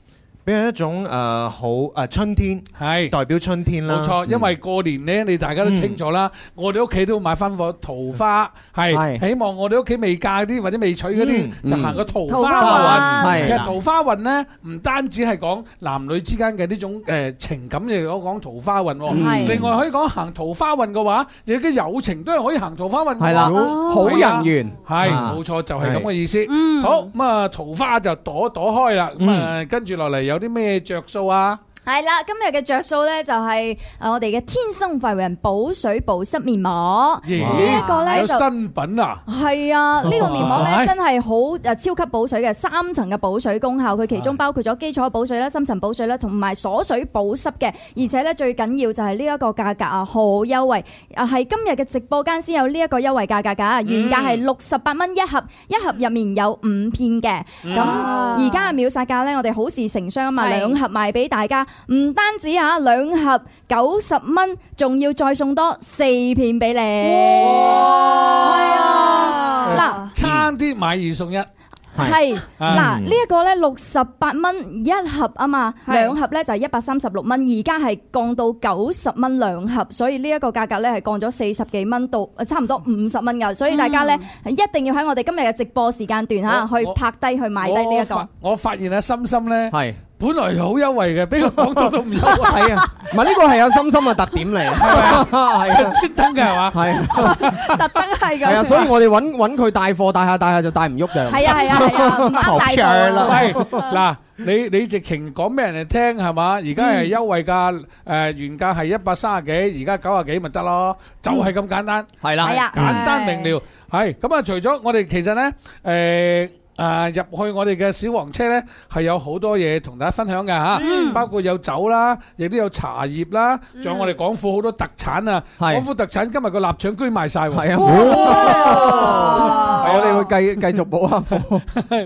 R: 俾人一種誒好誒春天，
F: 係
R: 代表春天啦，
F: 冇錯，因為過年咧，你大家都清楚啦，我哋屋企都買翻個桃花，係
R: 係
F: 希望我哋屋企未嫁嗰啲或者未娶嗰啲
R: 嗯
F: 就行個桃
R: 桃
F: 花
R: 花
F: 運。
R: 運
F: 其實
R: 係
F: 桃花運咧，唔單止係講男女之間嘅呢種誒情感，亦都講桃花運
H: 嗯
F: 喎。
H: 係
F: 另外可以講行桃花運嘅話，你嘅友情都係可以行桃花運嘅喎。
H: 係啦
F: 哦
H: 好人緣
F: 係
H: 啊
F: 冇錯，就係咁嘅意思。好咁啊，桃花就朵朵開啦。咁啊，跟住落嚟有啲咩着數啊？
I: 系啦，今日嘅着數咧就係呃我哋嘅天生快活人補水保濕面膜，呢
F: 咦
I: 一個咧
F: 有
I: 就。
F: 新品啊！
I: 係啊，呢個面膜
F: 哇
I: 咧真係好誒超級補水嘅，三層嘅補水功效，佢其中包括咗基礎補水啦、深層補水啦，同埋鎖水保濕嘅，而且咧最緊要就係呢一個價格啊，好優惠啊，係今日嘅直播間先有呢一個優惠價格㗎，原價係六十八蚊一盒，一盒入面有五片嘅，咁
B: 哇
I: 而家嘅秒殺價咧，我哋好事成雙啊嘛，
B: 係
I: 兩盒賣俾大家，唔單止啊，兩盒九十蚊，仲要再送多四片俾你，係啊，嗱。
F: 差啲買二送一，
I: 係嗱，
F: 嗯
I: 呢一個咧六十八蚊一盒啊嘛，
B: 係
I: 兩盒咧就係一百三十六蚊，而家係降到九十蚊兩盒，所以呢一個價格咧係降咗四十幾蚊到呃差唔多五十蚊㗎，所以大家咧一定要喺我哋今日嘅直播時間段嚇
F: 我
I: 去拍低去買低呢一
F: 我
I: 個
F: 發。我發現阿心心咧，
H: 係
F: 本來好優惠嘅，俾佢講到都唔優惠。
H: [laughs] 係啊，唔係呢個係有深深嘅特點嚟， [laughs] 係啊，
F: 專登嘅係嘛，
H: 係啊
L: 特登係咁。
H: [laughs] 係啊，所以我哋揾揾佢帶貨帶下帶下就帶唔喐就
L: 係啊係啊係
H: [laughs]
L: 啊唔啱帶貨啦
F: 喂，嗱，你你直情講俾人哋聽係嘛？而家係優惠價，誒原價係一百三十幾，而家九十幾咪得咯，就係咁簡單。
H: 係啦係啊
F: 簡單明瞭。係咁啊，除咗我哋其實咧，誒。誒入去我哋嘅小黃車呢，係有好多嘢同大家分享嘅嚇，包括有酒啦，亦都有茶葉啦，仲有我哋廣府好多特產啊！
H: 係
F: 廣府特產今日個臘腸居賣晒喎，
H: 係啊
F: 哇
H: 我哋會繼繼續補下貨，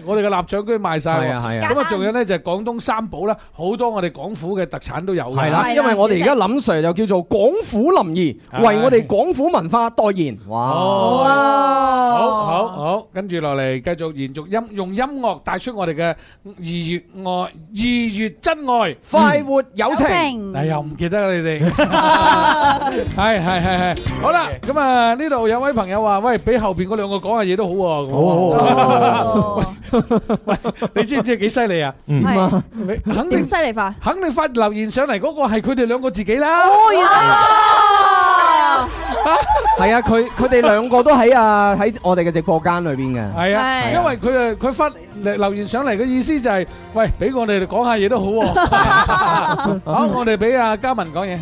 F: 我哋嘅臘腸居賣晒
H: 係
F: 喎，
H: 啊係啊
F: 咁啊仲有咧就係廣東三寶啦，好多我哋廣府嘅特產都有㗎。
H: [laughs] 係啦，因為我哋而家林 Sir 就叫做廣府林兒，為我哋廣府文化代言，
F: 哦，
H: 哇！
F: 好好好，跟住落嚟繼續延續音用音樂帶出我哋嘅二月愛，二月真愛，
H: 快活友
F: 情
H: 情友情
F: 哎呀，唔記得啦
H: [laughs]
F: 你哋，係係係係，好啦，咁啊呢度有位朋友話，喂，俾後邊嗰兩個講下嘢都好喎，好，喂，你知唔知幾犀利啊？
L: 係
F: 你肯定
L: 點犀利法？
F: 肯定發留言上嚟嗰個係佢哋兩個自己啦。
L: 哦，原來
H: 係啊，佢佢哋兩個都喺 [laughs] 啊喺我哋嘅直播間裏邊嘅，
F: 係啊，因為佢誒佢發留言上嚟嘅意思就係，喂，俾我哋講下嘢都好喎。好，我哋俾阿嘉文講嘢。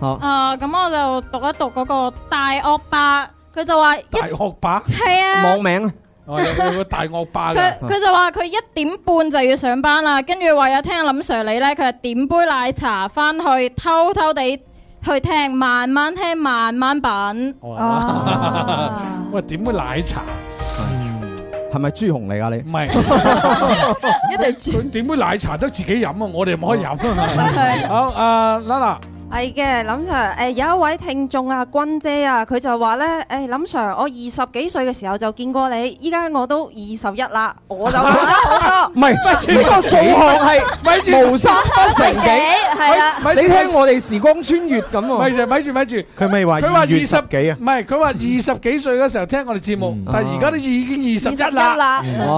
H: 好
K: 啊，咁我就讀一讀嗰個大惡霸，佢就話一
F: 大學霸
K: 係啊，
H: 網名
F: 哦，有有個大惡霸
K: 佢
F: 㗎。
K: 佢就話佢一點半就要上班啦，跟住為咗聽林 Sir 你呢，佢就點杯奶茶翻去，偷偷地去聽，慢慢聽，慢慢品。
H: 哦
F: 喂，點會奶茶？
H: 係咪朱紅嚟㗎你？
F: 唔係，佢點會奶茶得自己飲啊？我哋唔可以飲
J: 係
F: 啊。 [laughs]
J: [laughs]
F: 好，阿 Lala，
J: 係嘅，林 Sir，誒、有一位聽眾啊，君姐啊，佢就話咧，誒、林 Sir，我二十幾歲嘅時候就見過你，依家我都二十一啦，我
F: [laughs]
J: 就老得好
H: 唔係，呢個數學係無三不成幾。
J: 係啊
H: 你聽我哋時光穿越咁喎。
F: 咪住咪住咪住，
R: 佢咪話
F: 佢話
R: 二
F: 二
R: 月
F: 十
R: 十幾啊
F: 唔？係佢話二十幾歲嗰時候聽我哋節目，但係而家都已經二十一啦。
J: 21
H: 哇！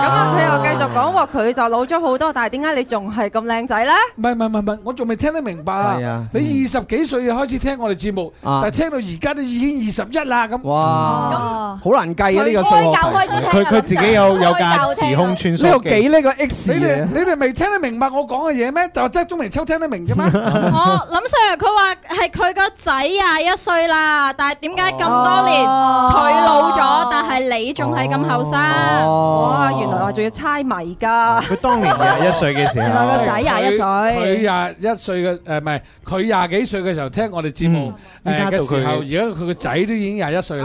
J: 咁啊，佢又繼續講話，佢就老咗好多，但係點解你仲係咁靚仔咧？
F: 唔係唔係唔係唔係，我仲未聽得明白
H: 係啊
F: 啊！你二十幾歲就開始聽我哋節目，
H: 啊
F: 但係聽到而家都已經二十一啦咁。
H: 哇！好難計啊呢個數學題。
R: 佢佢自己有有架時空穿梭機。
H: 呢個 X
F: 你哋你哋未聽得明白我講嘅嘢咩？就即係鍾明秋聽得明
H: [laughs]
F: 啫嘛。
K: 哦，林 Sir 佢話係佢個仔廿一歲啦，但係點解
H: 哦
K: 咁多年佢老咗，但係你仲係咁後
H: 哦
K: 生？
J: 哇！原來我仲要猜謎㗎。
F: 哦
R: 佢當年廿一歲嘅時候，
J: 原來個仔21歲
F: 佢廿一歲嘅誒，唔係佢廿幾歲嘅時候聽我哋節目
R: 嗯依家
F: 誒
R: 到
F: 嘅
R: 佢
F: 時候，而家佢個仔都已經廿一歲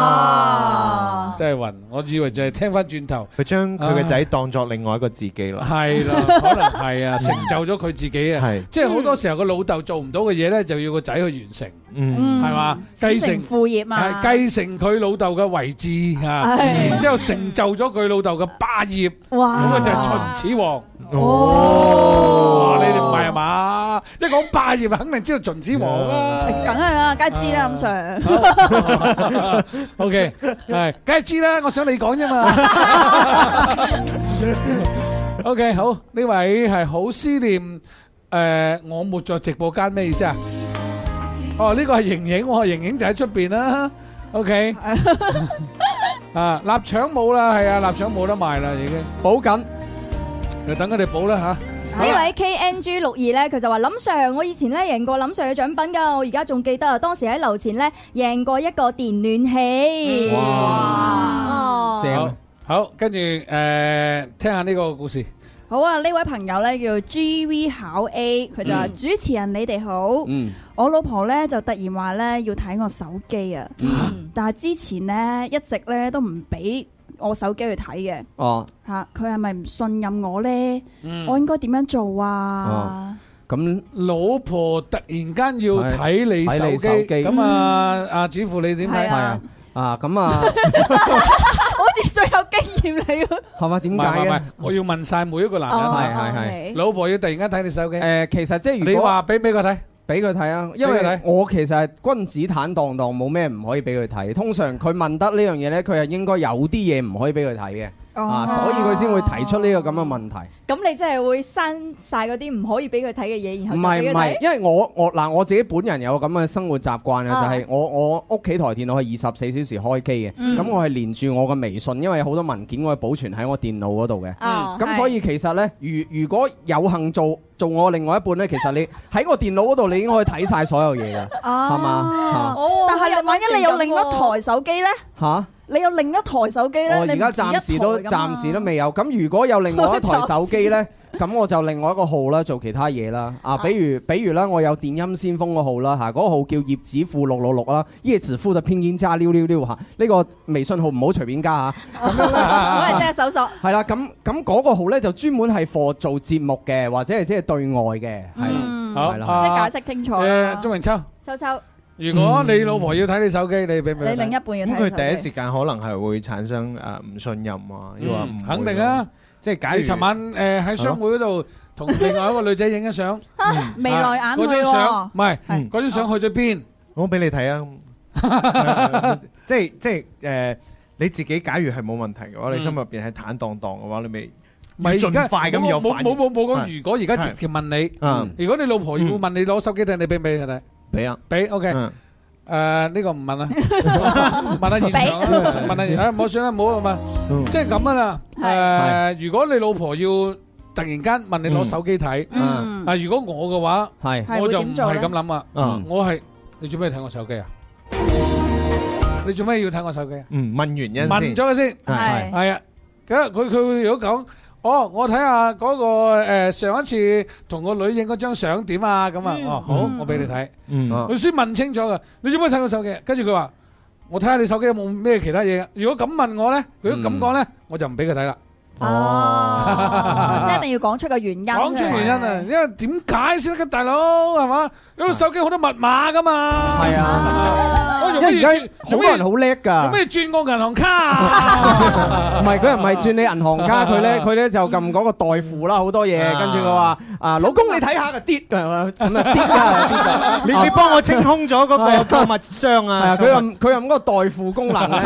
F: 啦。真係暈，我以為就係聽翻轉頭，
R: 佢將佢嘅仔當作另外一個自己啦。
F: 係
R: [laughs]
F: 啦，可能係啊，成就咗佢自己啊
R: 係。
F: 即係好多時候個老豆做唔到嘅嘢咧，就要個仔去完成，
R: 嗯
F: 係嘛？繼
L: 子承父業啊嘛
F: 係繼承佢老豆嘅位置啊，
L: 係
F: 然之後成就咗佢老豆嘅霸業，
L: 哇
F: 咁啊就係秦始皇。
L: 哦
F: 哇你哋唔係啊嘛？一講霸業肯定知道秦始皇啊啦。
L: 梗係啦，梗係知啦，林 Sir。
F: OK，係，梗係知啦，我想你講啫嘛。OK，好，呢位係好思念誒，我沒在直播間咩意思啊？哦，呢個係盈盈，我係盈盈就喺出邊啦。OK，啊，À, 臘腸冇啦，係啊，臘腸冇得賣啦，已經
H: 補緊，
F: 就等佢哋補啦嚇。
I: 呢位 KNG 六二咧，佢就話林 Sir，我以前咧贏過林 Sir 嘅獎品㗎，我而家仲記得啊，當時喺樓前咧贏過一個電暖器。哦哇！
F: 好，好，跟住誒，聽下呢個故事。
L: 好啊！呢位朋友咧叫 G V 考 A，佢就話：主持人你哋好，
F: 嗯
L: 我老婆咧就突然話咧要睇我手機啊，但係之前咧一直咧都唔俾我手機去睇嘅，
H: 哦，
L: 嚇佢係咪唔信任我咧？
F: 嗯
L: 我應該點樣做啊？
H: 哦，咁
F: 老婆突然間要睇你手機，
H: 睇你手機
F: 咁啊，阿子富你點睇？
H: 嗯係啊，啊咁啊，
L: 好似最有經驗你喎，
H: 係嘛？啊點
F: 唔
H: 解
F: 係唔係
H: 嘅？，
F: 我要問晒每一個男人，
H: 哦係係係
L: OK
F: 老婆要突然間睇你手機，
H: 誒，其實即係如果
F: 你話俾俾佢睇，
H: 俾佢睇啊，因
F: 俾佢
H: 為
F: 睇
H: 我其實係君子坦蕩蕩，冇咩唔可以俾佢睇。通常佢問得呢樣嘢呢，佢係應該有啲嘢唔可以俾佢睇嘅，
I: 哦
H: 啊，所以佢先會提出呢個咁嘅問題。
I: 咁你真係會刪晒嗰啲唔可以俾佢睇嘅嘢，
H: 唔
I: 然後再
H: 係
I: 俾
H: 唔
I: 佢睇
H: 係，。因為我我嗱我自己本人有咁嘅生活習慣啊，
I: 啊
H: 就係我我屋企台電腦係二十四小時開機嘅，
I: 嗯
H: 咁我係連住我嘅微信，因為有好多文件我係保存喺我電腦嗰度嘅，
I: 哦
H: 咁
I: 係
H: 所以其實呢，如如果有幸做做我另外一半呢，其實你喺我電腦嗰度你已經可以睇晒所有嘢㗎，
I: 哦
H: 係嘛？
L: 但係萬一你有另一台手機咧，
H: 嚇嚇。
L: 你有另一台手機
H: 我
L: 咧，
H: 而
L: 你
H: 家
L: 唔止一
H: 暫時都
L: 台㗎嘛
H: 暫時都未有。咁如果有另外一台手機呢，咁我就另外一個號啦，做其他嘢啦。啊，比如比如啦，我有電音先鋒個號啦，嚇、嗰、個號叫葉子富六六六啦，葉子富就偏見渣溜溜溜嚇。呢、個微信號唔好隨便加嚇。
I: [laughs]
B: [laughs]
I: 我係真係搜索。
H: 係啦，咁咁嗰個號咧就專門係 for 做節目嘅，或者係即係對外嘅，係啦，
F: 好
H: 係啦，
L: 即係解釋清楚啦
F: 誒，。鐘明秋，
I: 秋秋，
F: 如果你老婆要睇你手機，你俾唔俾
L: 你
F: 佢睇？
L: 另一半要
R: 咁
L: 睇
R: 佢
L: 手
R: 第一
L: 機
R: 時間可能係會產生誒唔信任啊，要話唔
F: 嗯肯定啊，
R: 即係假如
F: 你尋晚誒喺商會嗰度同另外一個女仔影咗相，
L: 眉啊來眼去
F: 嗰張相
L: 喎
F: 唔。係嗰張相去咗邊？
R: 我俾你睇
F: [laughs]
R: 啊，即係即係誒你自己假如係冇問題嘅話，你心入邊係坦蕩蕩嘅話，你咪要
F: 咪而家
R: 盡快咁有
F: 冇
R: 反應
F: 冇冇冇講。
R: 係
F: 如果而家直接問
R: 嗯
F: 你，如果你老婆要問你攞手機睇，你俾唔俾佢睇？
R: 俾啊，
F: 俾 OK。誒呢個唔
R: [laughs]
F: 問啦，問下現場啦，問
R: 俾
F: 下現場，冇算啦，冇啊
R: 嗯
F: 嘛，即係咁啊啦。誒，如果你老婆要突然間問你攞手機睇，
H: 嗯
F: 啊，如果我嘅話，
H: 係
F: 我
H: 係會
F: 就
H: 點
F: 唔
H: 做
F: 係
H: 咧
F: 咁諗啊
H: 嗯，
F: 我係你做咩睇我手機啊？你做咩要睇我手機啊？
R: 嗯，問完因先，
F: 問咗佢先，
R: 係
F: 係啊。咁佢佢會如果講，哦，我睇下嗰個呃上一次同個女影嗰張相點啊咁啊，哦好，我俾你睇。
R: 嗯，
E: Ờ.
F: 佢先問清楚噶，你做咩睇我手機啊？跟住佢話：我睇下你手機有冇咩其他嘢啊。如果咁問我咧，如果咁講咧，我就唔俾佢睇啦。
L: 即係
F: [laughs]
L: 一定要講出個原因。
F: 講出原因啊，因為點解先得㗎，大佬
L: Ờ,
F: 係嘛？因為手機好多密碼噶嘛。係啊，我
H: 因
F: 用
H: 為
F: 咩
H: 而家
F: 轉？
H: 好多人好叻㗎
F: 用。咩轉我銀行卡啊？
H: 唔係佢唔係轉你銀行卡，佢咧佢咧就撳嗰個代付啦，好多嘢，
R: 啊
H: 跟住佢話啊老公你睇下個跌㗎係嘛咁啊跌㗎跌㗎，啊
R: 你你幫我清空咗嗰個購物箱
H: 係
R: 啊
H: 啊，！佢又佢又咁嗰個代付功能咧，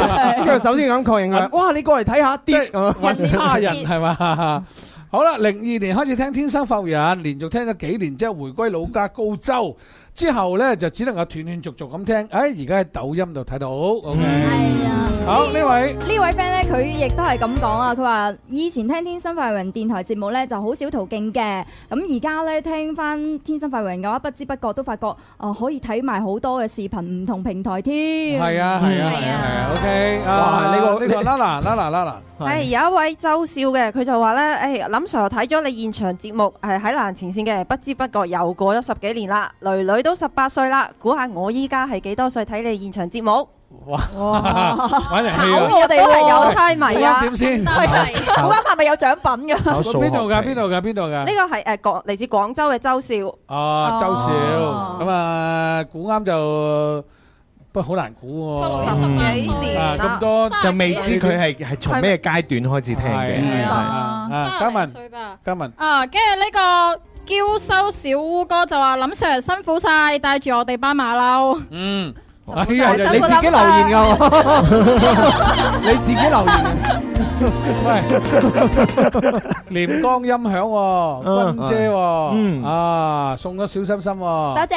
H: 跟住首先咁確認佢，哇你過嚟睇下跌咁啊
F: 揾他人係 [laughs] 嘛？好啦，零二年開始聽《天生發育人》，連續聽咗幾年之後，回歸老家高州之後呢，就只能夠斷斷續續咁聽。誒，而家喺抖音度睇到，OK，係
I: 啊，
F: 好呢位。
I: 呢位 friend 咧，佢亦都係咁講啊！佢話以前聽《天生快活人》電台節目咧，就好少途徑嘅。咁而家咧聽翻《天生快活人》嘅話，不知不覺都發覺哦，可以睇埋好多嘅視頻，唔同平台添。
F: 係啊，係啊，係啊，係啊，OK。Ờ,
H: 哇
F: 啊，
H: 呢個
F: 呢個 Lala Lala Lala，
J: 係哎有一位周少嘅，佢就話咧：，誒、哎林 Sir 我睇咗你現場節目，係喺欄前線嘅，不知不覺又過咗十幾年啦，女女都十八歲啦，估下我依家係幾多歲睇你現場節
F: 哦
J: 目？
F: 玩人氣
J: 考我哋都係有猜謎
F: [laughs]
J: 啊！
F: 喂點
J: [laughs]
F: 先？
J: 估下係咪有獎品㗎？
F: 邊度㗎？邊度㗎？邊度㗎？
J: 呢個係誒廣嚟自廣州嘅周少。
F: 啊，周少
J: 哦
F: 咁啊，估啱就不過好難估喎，
J: 十幾年
F: 啊
J: 啦
F: 咁多
R: 就未知佢係係從咩階段開始聽嘅。
F: 係
R: 係
F: 啊，嘉文，
K: 歲吧。
F: 嘉文，
K: 啊，跟住呢個嬌羞小烏哥就話：林 Sir 辛苦晒，帶住我哋班馬騮。
F: 嗯，哎
K: 辛苦
F: 呀，
K: 晒辛苦晒
H: 㗎喎你自己留言。
K: [laughs]
F: 喂，廉江音響
H: 啊
F: 喎，君姐
H: 嗯
F: 喎，啊，送咗小心心喎，
L: 多謝多
H: 謝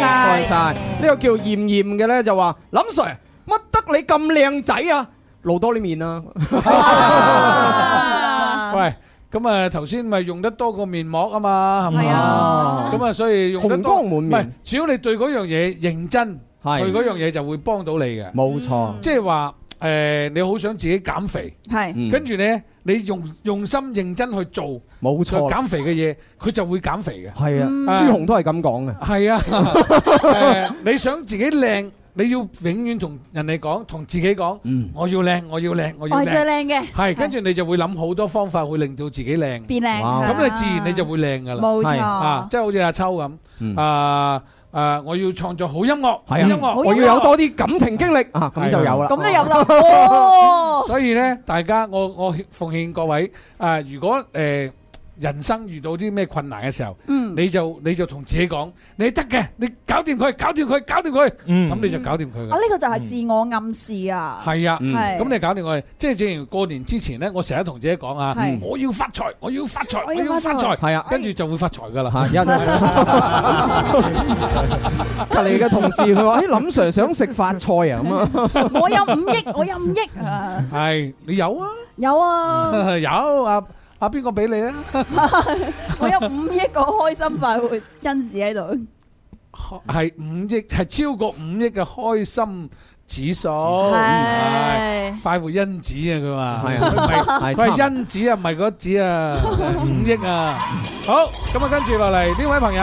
H: 多謝晒。呢個叫豔豔嘅咧就話：林 Sir，乜得你咁靚仔啊？露多啲面啊啦。
F: 喂。咁啊，頭先咪用得多個面膜啊嘛，係咪啊？咁啊，所以用得多，
H: 紅光滿
F: 唔
H: 面
F: 係只要你對嗰樣嘢認真，
H: 係
F: 對嗰樣嘢就會幫到你嘅。
H: 冇錯。
F: 即係話誒，你好想自己減肥，
L: 係
H: 嗯
F: 跟住咧，你用用心認真去做，
H: 冇錯
F: 減肥嘅嘢，佢就會減肥嘅。
H: 係啊，
F: 嗯
H: 朱紅都係咁講嘅。
F: 係啊， [laughs] 誒你想自己靚，你要永遠同人哋講，同自己講，
H: 嗯
F: 我要靚，我要靚，我要
L: 我係最
F: 靚。
L: 靚嘅，
F: 係，跟住你就會諗好多方法，會令到自己靚，
L: 變靚哇
F: 咁你自然你就會靚噶啦，
L: 冇錯
F: 啊，即係好似阿秋咁，啊啊，我要創作好音樂，好
H: 嗯係
F: 音
H: 啊，
F: 樂，
H: 我要有多啲感情經歷啊，咁就有啦。
L: 咁都有啦。哦
F: 所以咧，大家我我奉勸各位啊，如果誒人生遇到啲咩困難嘅時候，
L: 嗯
F: 你就你就同自己講，你得嘅，你搞掂佢，搞掂佢，搞掂佢，咁你就搞掂佢㗎。
L: 啊，呢個就係自我暗示啊。
F: 係啊，
L: 嗯係
F: 咁你搞掂我哋，即係正如過年之前咧，我成日同自己講啊
L: 係，
F: 我要發財，我要發財，
L: 我
F: 我
L: 要
F: 要發財，
H: 係啊，
F: 跟住就會發財噶啦。
H: 有人 [laughs] 隔離嘅同事佢
F: [laughs]
H: 話：，誒林 Sir 想食發菜啊咁啊！
L: 我有五億，我有五億啊！
F: 係你有啊，
L: 有啊，
F: [laughs] 有啊，啊邊個俾你啊？
L: 我有五億個開心快活因子喺度。
F: 係五億，係超過五億嘅開心指數，
L: 係
F: 係快活因子啊！佢話
H: 係啊
F: 佢唔係
H: 係
F: 佢
H: 差
F: 係
H: 唔
F: 因子啊，唔係嗰子
H: [laughs]
F: 啊，五億啊！好，咁啊，跟住落嚟呢位朋友，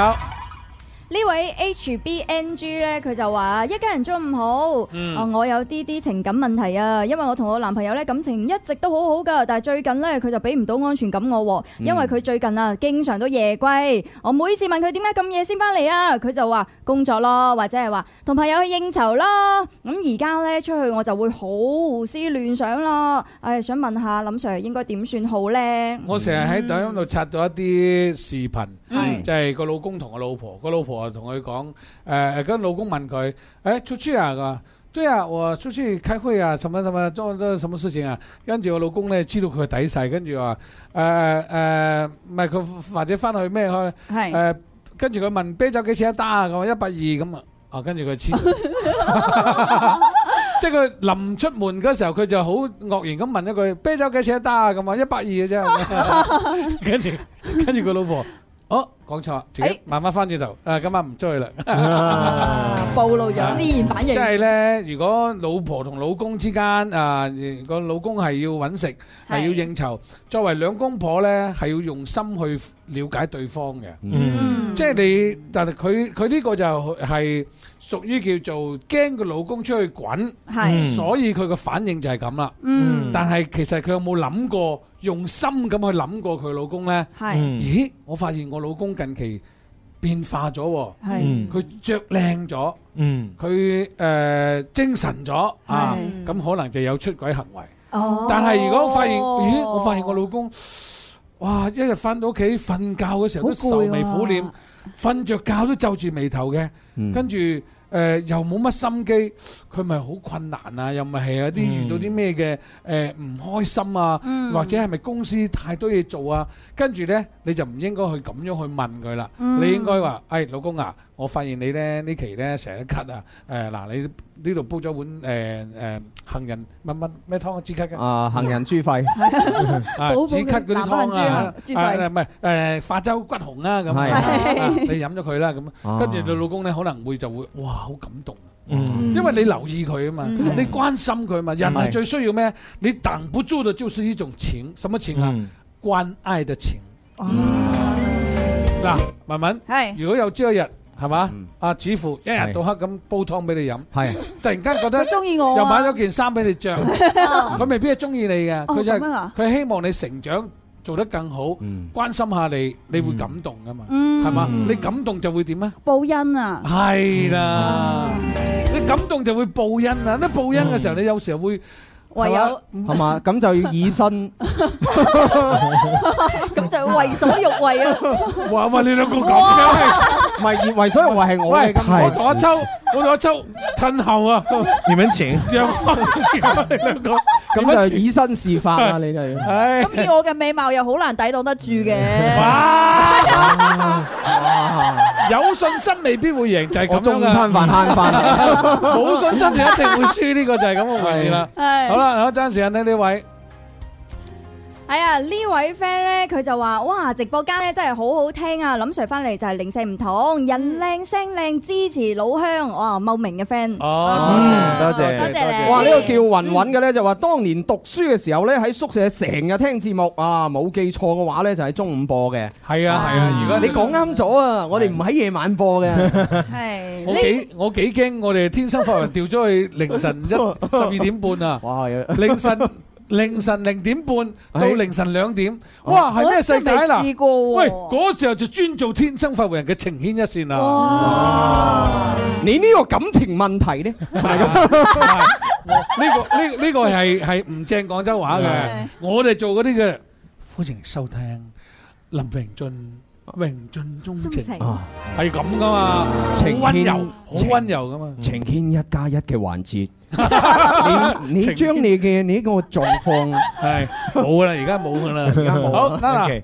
I: 呢位 HBNG 咧，佢就話：一家人中午好，
F: 嗯
I: 啊我有啲啲情感問題啊，因為我同我男朋友咧感情一直都好好噶，但係最近咧佢就俾唔到安全感我喎，因為佢最近啊經常都夜歸，我每次問佢點解咁夜先翻嚟啊，佢就話工作咯，或者係話同朋友去應酬啦。咁而家咧出去我就會好胡思亂想啦，唉，想問下林 Sir 應該點算
F: [laughs]
I: 好咧？
F: 我成日喺抖音度刷到一啲視頻，
I: 係
F: 就係個老公同個老婆，個老婆同佢講，誒、跟老公問佢，誒、出去啊，佢話對啊，我出去開會啊，什麼什麼做做什麼事情啊，跟住我老公咧知道佢嘅底細，跟住話誒誒，唔係佢或者翻去咩去，誒、
L: 係
F: 跟住佢問啤酒幾錢一打啊，佢話一百二咁啊，啊跟住佢黐。即係佢臨出門嗰時候，佢就好愕然咁問一句：啤酒幾錢一打啊？咁啊，一百二嘅啫。跟住跟住佢老婆，哦，講錯，自己慢慢翻轉頭，誒，今晚唔追啦。
L: 暴露
F: Dạ.
L: 咗自然反應。
F: 即係呢，如果老婆同老公之間，啊，如果老公係要搵食，
L: 係。
F: 係要應酬，作為兩公婆呢，係要用心去了解對方嘅。即係你-但係佢-佢呢個就係屬於叫做驚個老公出去滾，
L: 係。
F: 所以佢個反應就係咁啦。
L: 嗯。
F: 但係其實佢有冇諗過，用心咁去諗過佢老公呢？
L: 係。
F: 咦，我發現我老公近期變化咗喎。
L: 係。
F: 佢着靚咗，
R: 嗯。
F: 佢，呃，精神咗，
R: 係。
F: 啊，咁可能就有出軌行為。
L: 哦。
F: 但係如果發現，咦，我發現我老公，哇，一日返到屋企瞓覺嘅時候都
L: 好攰
F: 愁眉苦臉，
L: 啊。
F: 瞓着覺都皺住眉頭嘅，
L: 嗯。
F: 跟住，呃，又冇乜心機，佢咪好困難啊，又咪係有啲遇到啲咩嘅，呃，唔開心啊，
L: 嗯。
F: 或者係咪公司太多嘢做啊，跟住呢，你就唔應該去咁樣去問佢啦，哎
L: 嗯。
F: 啊呃你應該話，哎，老公啊，我發現你呢，呢期呢，成日咳啊，誒，嗱，你呢度煲咗碗，誒，誒，杏仁乜乜-咩湯啊，止咳嘅？
H: 啊，行人豬肺。 [laughs]
F: 啊，止咳嗰啲湯啊，
H: 豬肺。
F: 啊，唔係，誒，化州骨紅啊，咁，
H: 係。
F: 啊，你飲咗佢啦，咁。
H: [laughs] 啊。
F: 跟住你老公呢，可能會就會，哇，好感動。
H: 嗯。
F: 因為你留意佢啊嘛，
H: 嗯。
F: 你關心佢嘛，人係
H: 係。
F: 最需要咩？你擋不住的就是一種情，什麼情啊？關愛的情。嗱，文文，如果有朝一日，係嘛？啊，似乎一日
H: 係。
F: 到黑咁煲湯俾你飲，
H: 係。
F: 突然間覺得
L: 佢鍾意我啊。
F: 又買咗件衫俾你著，
L: [laughs] 哦。
F: 佢未必係鍾意你嘅，
L: 哦，
F: 佢就係-
L: 咁啊？
F: 佢希望你成長，做得更好，關心下你，你會感動㗎嘛，
L: 嗯。
F: 係嘛？
L: 嗯。
F: 你感動就會點啊？
L: 報恩啊！
F: 係啦，你感動就會報恩啊，你報恩嘅時候，你有時候會-
L: 唯
F: 係嘛？
L: 有
H: 係嘛？咁就
F: [laughs]
H: 要 [laughs] 以身。
L: 咁就為所欲為啊！
F: 哇哇！你兩個咁嘅，
H: 唔係為所欲為係我
F: 喂，
H: 嘅咁
F: 我同阿秋，我同阿秋褪
R: [laughs]
F: 後啊！[laughs]
R: 你們請。
F: 讓開你兩個，
H: 咁就以身試法啦，啊你就要。
F: 唉
L: 咁以我嘅美貌又好難抵擋得住嘅。
F: 有信心未必會贏，就係咁樣
H: 我中
F: 㗎
H: 餐飯慳飯
F: [laughs] 冇信心就一定會輸，呢個就係咁嘅回事啦。
L: 係
F: 好啦，好爭時間呢呢位。
I: 係啊，呢位 friend 咧，佢就話：哇，直播間咧真係好好聽啊！林 Sir 翻嚟就係零舍唔同，人靚聲靚，支持老鄉。哇，茂名嘅 friend。
R: 哦，多謝，多謝，
I: 謝你
H: 哇！呢個叫雲雲嘅咧，就話當年讀書嘅時候咧，喺宿舍成日聽節目啊，冇記錯嘅話咧，就喺中午播嘅。
F: 係啊，係啊，而家
H: 你講啱咗啊！我哋唔喺夜晚播嘅。
L: 係
F: 我幾我幾驚，我哋天生發人調咗去凌晨一十二點半啊！凌晨。凌晨零點半到凌晨兩點，
L: Ờ.
F: 哇，係咩世界啦？
L: 我真係未試過喎
F: 喂，嗰時候就專做天生發福人嘅情牽一線啦。
H: 哇你呢個感情問題咧，
F: 呢個呢個呢個係係唔正廣州話嘅
H: 係，
F: 我哋做嗰啲嘅，歡迎收聽林榮俊榮俊中情，係咁噶嘛，好
H: 情
F: 温
H: 牽
F: 柔，好温柔噶嘛。
H: 情牽一加一嘅 [laughs] 環節，你你將你嘅呢個狀況
F: 係冇啦，而家冇噶啦，而
H: 家冇啦
F: 好得啦
H: OK。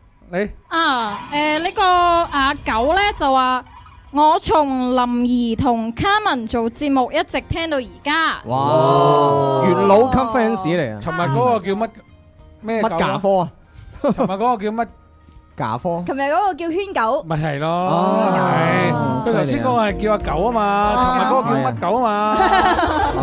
H: [laughs]
F: 你
K: 啊，誒、呢、個阿九呢就話，我從林怡同卡文做節目一直聽到而家。
H: 哇，元老級 fans 嚟啊！
F: 尋日嗰個叫乜咩
H: 乜假科啊？
F: [laughs] 尋日嗰個叫乜
H: 假科？
I: 琴日嗰個叫圈狗，
F: 咪係咯，係佢頭先嗰個係叫阿狗啊嘛，琴日嗰個叫乜
H: [laughs]
F: 狗啊嘛，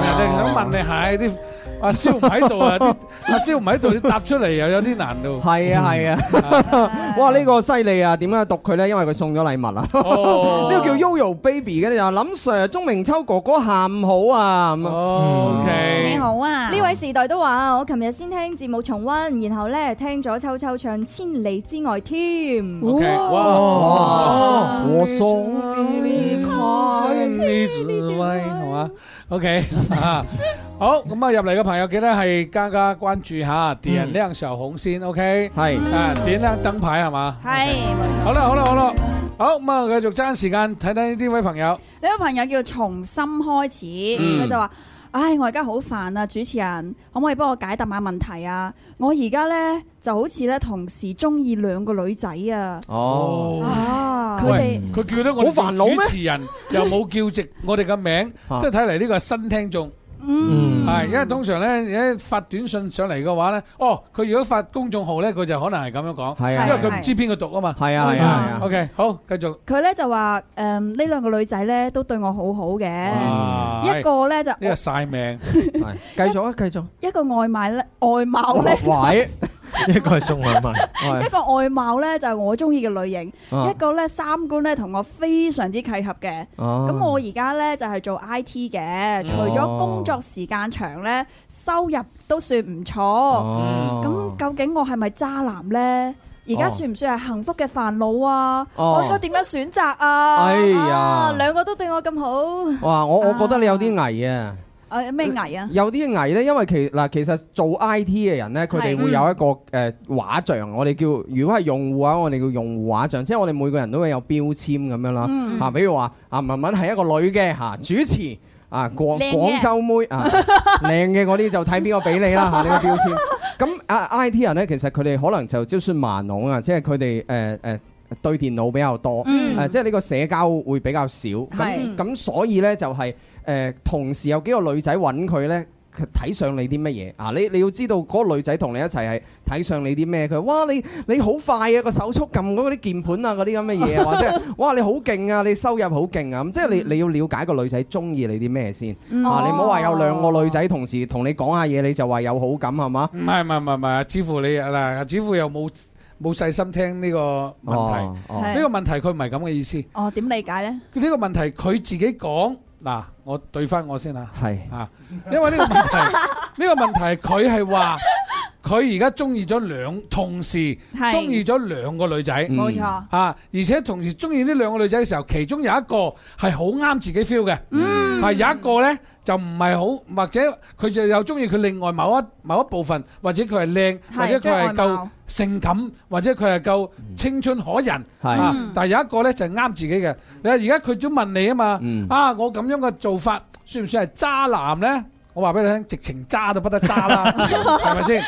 F: 人哋想問你係啲阿蕭唔喺
H: [laughs]
F: 度啊，啲阿蕭唔喺度，你答出嚟又有啲難度。
H: 係啊係啊，哇呢個犀利啊！點樣讀佢咧？因為佢送咗禮物啊。
F: 哦
H: [laughs] 呢個叫 Yoyo Baby 嘅咧就話林 Sir 鐘明秋哥哥下午好啊咁啊。
F: 哦
L: 嗯
F: OK
H: 你好
I: 啊！呢位時代都話啊，我琴日先聽節目重温，然後咧聽咗秋秋唱《千里之外》添。
F: 哇！
H: 我送
F: 你之外，係嘛？OK À, 啊，好咁啊！入嚟嘅朋友記得係加加關注下，點亮小紅先，OK？係啊，點亮燈牌係嘛？
L: 係。
F: 好啦好啦好啦，好咁啊，繼續爭時間睇睇呢位朋友。
L: 呢個朋友叫從心開始，
F: 嗯
L: 佢、就話：，唉，我而家好煩啊，主持人，可唔可以幫我解答下問題啊？我而家呢，就好似呢，同時中意兩個女仔啊！
F: 哦
L: 啊，佢
F: 喂
L: 哋
F: 佢叫得我哋
L: 好煩惱咩
F: 做主持人，又冇叫直我哋嘅名，
L: 啊
F: 即係睇嚟呢個係新聽眾。
L: 嗯
F: 係，因為通常咧，一發短信上嚟嘅話咧，哦，佢如果發公眾號咧，佢就可能係咁樣講，
H: 係啊
F: 因為佢唔知邊個讀啊嘛。
H: 係啊係啊係啊
F: OK，好，繼續。
L: 佢呢就話：，誒、嗯呢兩個女仔呢，都對我好好嘅，
F: 哇
L: 一個呢就
F: 呢個晒
H: [laughs]
F: 命，
H: 繼續啊，繼續。
L: 一個外賣呢，外貌呢。 [laughs]
H: 喂， [laughs]
R: 一個係送外賣，
L: 一個外貌咧就係我中意嘅類型，
R: 啊
L: 一個咧三觀咧同我非常之契合嘅。
R: 哦
L: 咁我而家咧就係做 I T 嘅，除咗工作時間長咧，收入都算唔錯。
R: 哦
L: 咁究竟我係咪渣男咧？而家
R: 哦
L: 算唔算係幸福嘅煩惱啊？
H: 哦
L: 我應該點樣選擇啊？
H: 哎呀
L: 啊，兩個都對我咁好，
H: 哇，我我覺得你有啲危啊。
L: 誒咩危啊？
H: 有啲危咧，因為其嗱其實做 I T 嘅人咧，佢哋
L: 係嗯
H: 會有一個誒、呃、畫像，我哋叫如果係用戶啊，我哋叫用戶畫像，即係我哋每個人都會有標籤咁樣啦。
L: 嗯
H: 啊，比如話啊，文文係一個女嘅嚇、主持啊，廣
L: 靚嘅
H: 廣州妹啊，靚嘅嗰啲就睇邊個俾你啦嚇，啊呢、個標籤。咁啊 I T 人咧，其實佢哋可能就朝算萬能啊，即係佢哋誒誒。對電腦比較多，誒、啊
L: 嗯
H: 即係呢個社交會比較少，咁
L: 係
H: 咁所以呢，就係、誒、同時有幾個女仔揾佢呢，佢睇上你啲乜嘢啊？你你要知道嗰個女仔同你一齊係睇上你啲咩？佢哇你你好快啊個手速撳嗰啲鍵盤啊嗰啲咁嘅嘢啊，或者係哇你好勁啊，你收入好勁啊，咁即係你你要了解個女仔中意你啲咩先
F: 嗯
H: 啊！你唔好話有
F: 哦
H: 兩個女仔同時同你講下嘢，你就話有好感係嘛？
F: 唔係唔係唔係唔係，似乎你嗱，似乎又冇冇細心聽呢個問
H: 哦
F: 題。
L: 哦
F: 呢個問題佢唔係咁嘅意思。
L: 哦，點理解咧？
F: 呢個問題佢自己講嗱，我對翻我先啊。
H: 係
F: 啊，因為呢個問題，呢個問題佢係話佢而家中意咗兩，同時
L: 係
F: 中意咗兩個女仔，
L: 冇錯
F: 啊，而且同時中意呢兩個女仔嘅時候，其中有一個係好啱自己 feel 嘅，嗯，係有一個呢就唔係好，或者佢就又中意佢另外某一某一部分，或者佢係靚，
L: 係
F: 或者
L: 即係
F: 佢
L: 外
F: 係夠
L: 貌
F: 性感，或者佢係夠青春可人，
H: 係
F: 啊
H: 嗯，
F: 但係有一個呢就係啱自己嘅。你話而家佢都問你啊嘛
H: 嗯，
F: 啊，我咁樣嘅做法算唔算係渣男呢？我話俾你聽，直情渣都不得渣 [laughs] 啦，係咪先？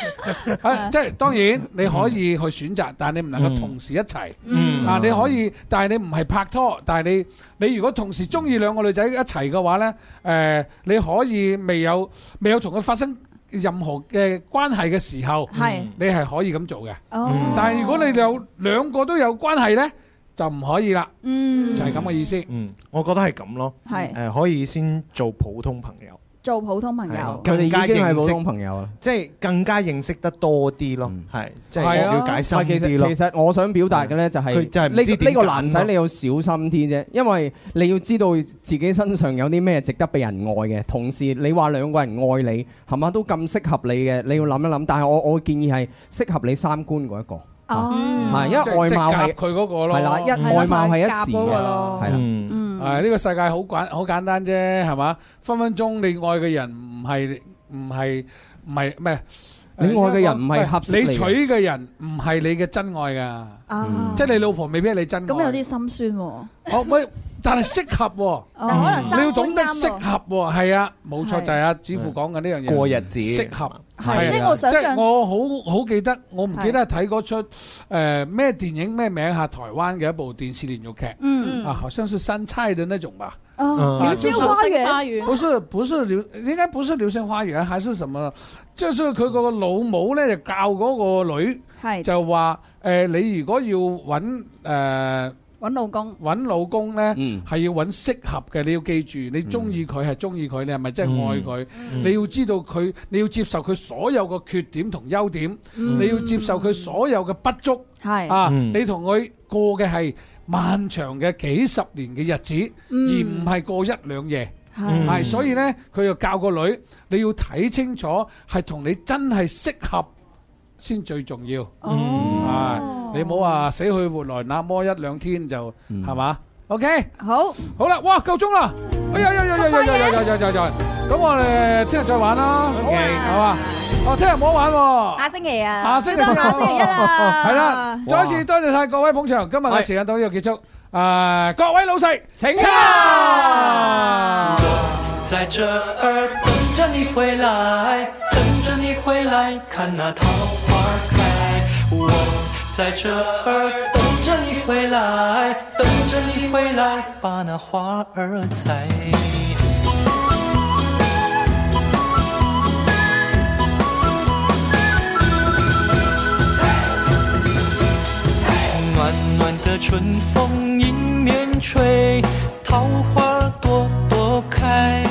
F: 嗯啊即係當然你可以去選擇，但係你唔能夠同時一齊。
R: 嗯
F: 啊，你可以，但係你唔係拍拖，但係你你如果同時中意兩個女仔一齊嘅話呢，誒、你可以未有未有同佢發生任何嘅關係嘅時候，
L: 係
F: 你係可以咁做嘅。
L: 哦
F: 但係如果你有兩個都有關係呢，就唔可以啦。
L: 嗯
F: 就係咁嘅意思。
R: 嗯，我覺得係咁咯。
L: 係
R: 誒，可以先做普通朋友，
L: 做普通朋
R: 係
L: 友
R: 啊。更加
H: 佢哋已經
R: 認
H: 係
R: 識
H: 普通朋友啦，
R: 即係更加認識得多啲咯，係即係
H: 係啊
R: 了解深啲
H: 唔係
R: 咯。
H: 其實其實我想表達嘅咧就係
R: 佢真係唔知
H: 呢個
R: 點
H: 呢個
R: 揀
H: 男仔
R: 咯
H: 你要小心啲啫，因為你要知道自己身上有啲咩值得被人愛嘅，同時你話兩個人愛你係嘛都咁適合你嘅，你要諗一諗。但係我我建議係適合你三觀嗰一個。
L: 哦，
H: 係因為外貌係
F: 即係夾佢嗰個咯，
H: 係啦，一
R: 嗯
H: 外貌係一時嘅，係啦。
F: 嗯，係呢個世界好簡好簡單啫，係嘛？分分鐘你愛嘅人唔係唔係唔係咩？
H: 你愛嘅人唔係合適你嘅
F: 你娶嘅人唔係你嘅真愛㗎，
L: 啊
F: 即係你老婆未必係你真愛。
L: 咁有啲心酸喎。
F: 哦，喂，但係適合喎，
L: 但可
R: 嗯
L: 能三
F: 哦你要懂得
L: 觀啱
F: 適合喎，係啊，冇錯
L: 係
F: 就係阿子富講緊呢樣嘢，
R: 嗯過日子
F: 適合。
R: 係
F: 係啊
R: 即係我想象
F: 即係我好好記得，我唔記得係睇嗰出誒咩電影咩名嚇，台灣嘅一部電視連續劇，
L: 嗯
F: 啊，好像是山差的那種吧，
L: 哦流星花園
F: 不是不是流，應該不是流星花園，還是什麼？即係佢個老母咧就教嗰個女，
L: 係
F: 就話誒、呃你如果要揾誒。呃
L: 揾老公，
F: 揾老公呢，係要揾適合嘅。你要記住，你中意佢係中意佢，你係咪真係愛佢？
R: 嗯
F: 你要知道佢，你要接受佢所有嘅缺點同優點，
R: 嗯
F: 你要接受佢所有嘅不足。
L: 係
F: 啊，
R: 嗯
F: 你同佢過嘅係漫長嘅幾十年嘅日子，
R: 嗯
F: 而唔係過一兩夜。
R: 係
F: 係，所以呢，佢又教個女，你要睇清楚，係同你真係適合先最重要。啊，你唔好話死去活來那麼一兩天就係嘛？ OK，好，好啦，哇，夠鐘啦，哎呀呀呀呀呀呀呀呀呀呀呀，咁我哋聽日再玩啦，OK，好嘛？哦，聽日唔好玩喎。
I: 下星期啊，
F: 下星期
I: 到
F: 先
I: 下星期一啦，
F: [laughs] 係啦，再一次多謝晒各位捧場，今日嘅時間到呢度結束。誒，各位老細，請
H: 啊
G: 在这儿等着你回来，等着你回来，看那桃花开。我在这儿等着你回来，等着你回来，把那花儿采。暖暖的春风迎面吹，桃花朵朵开。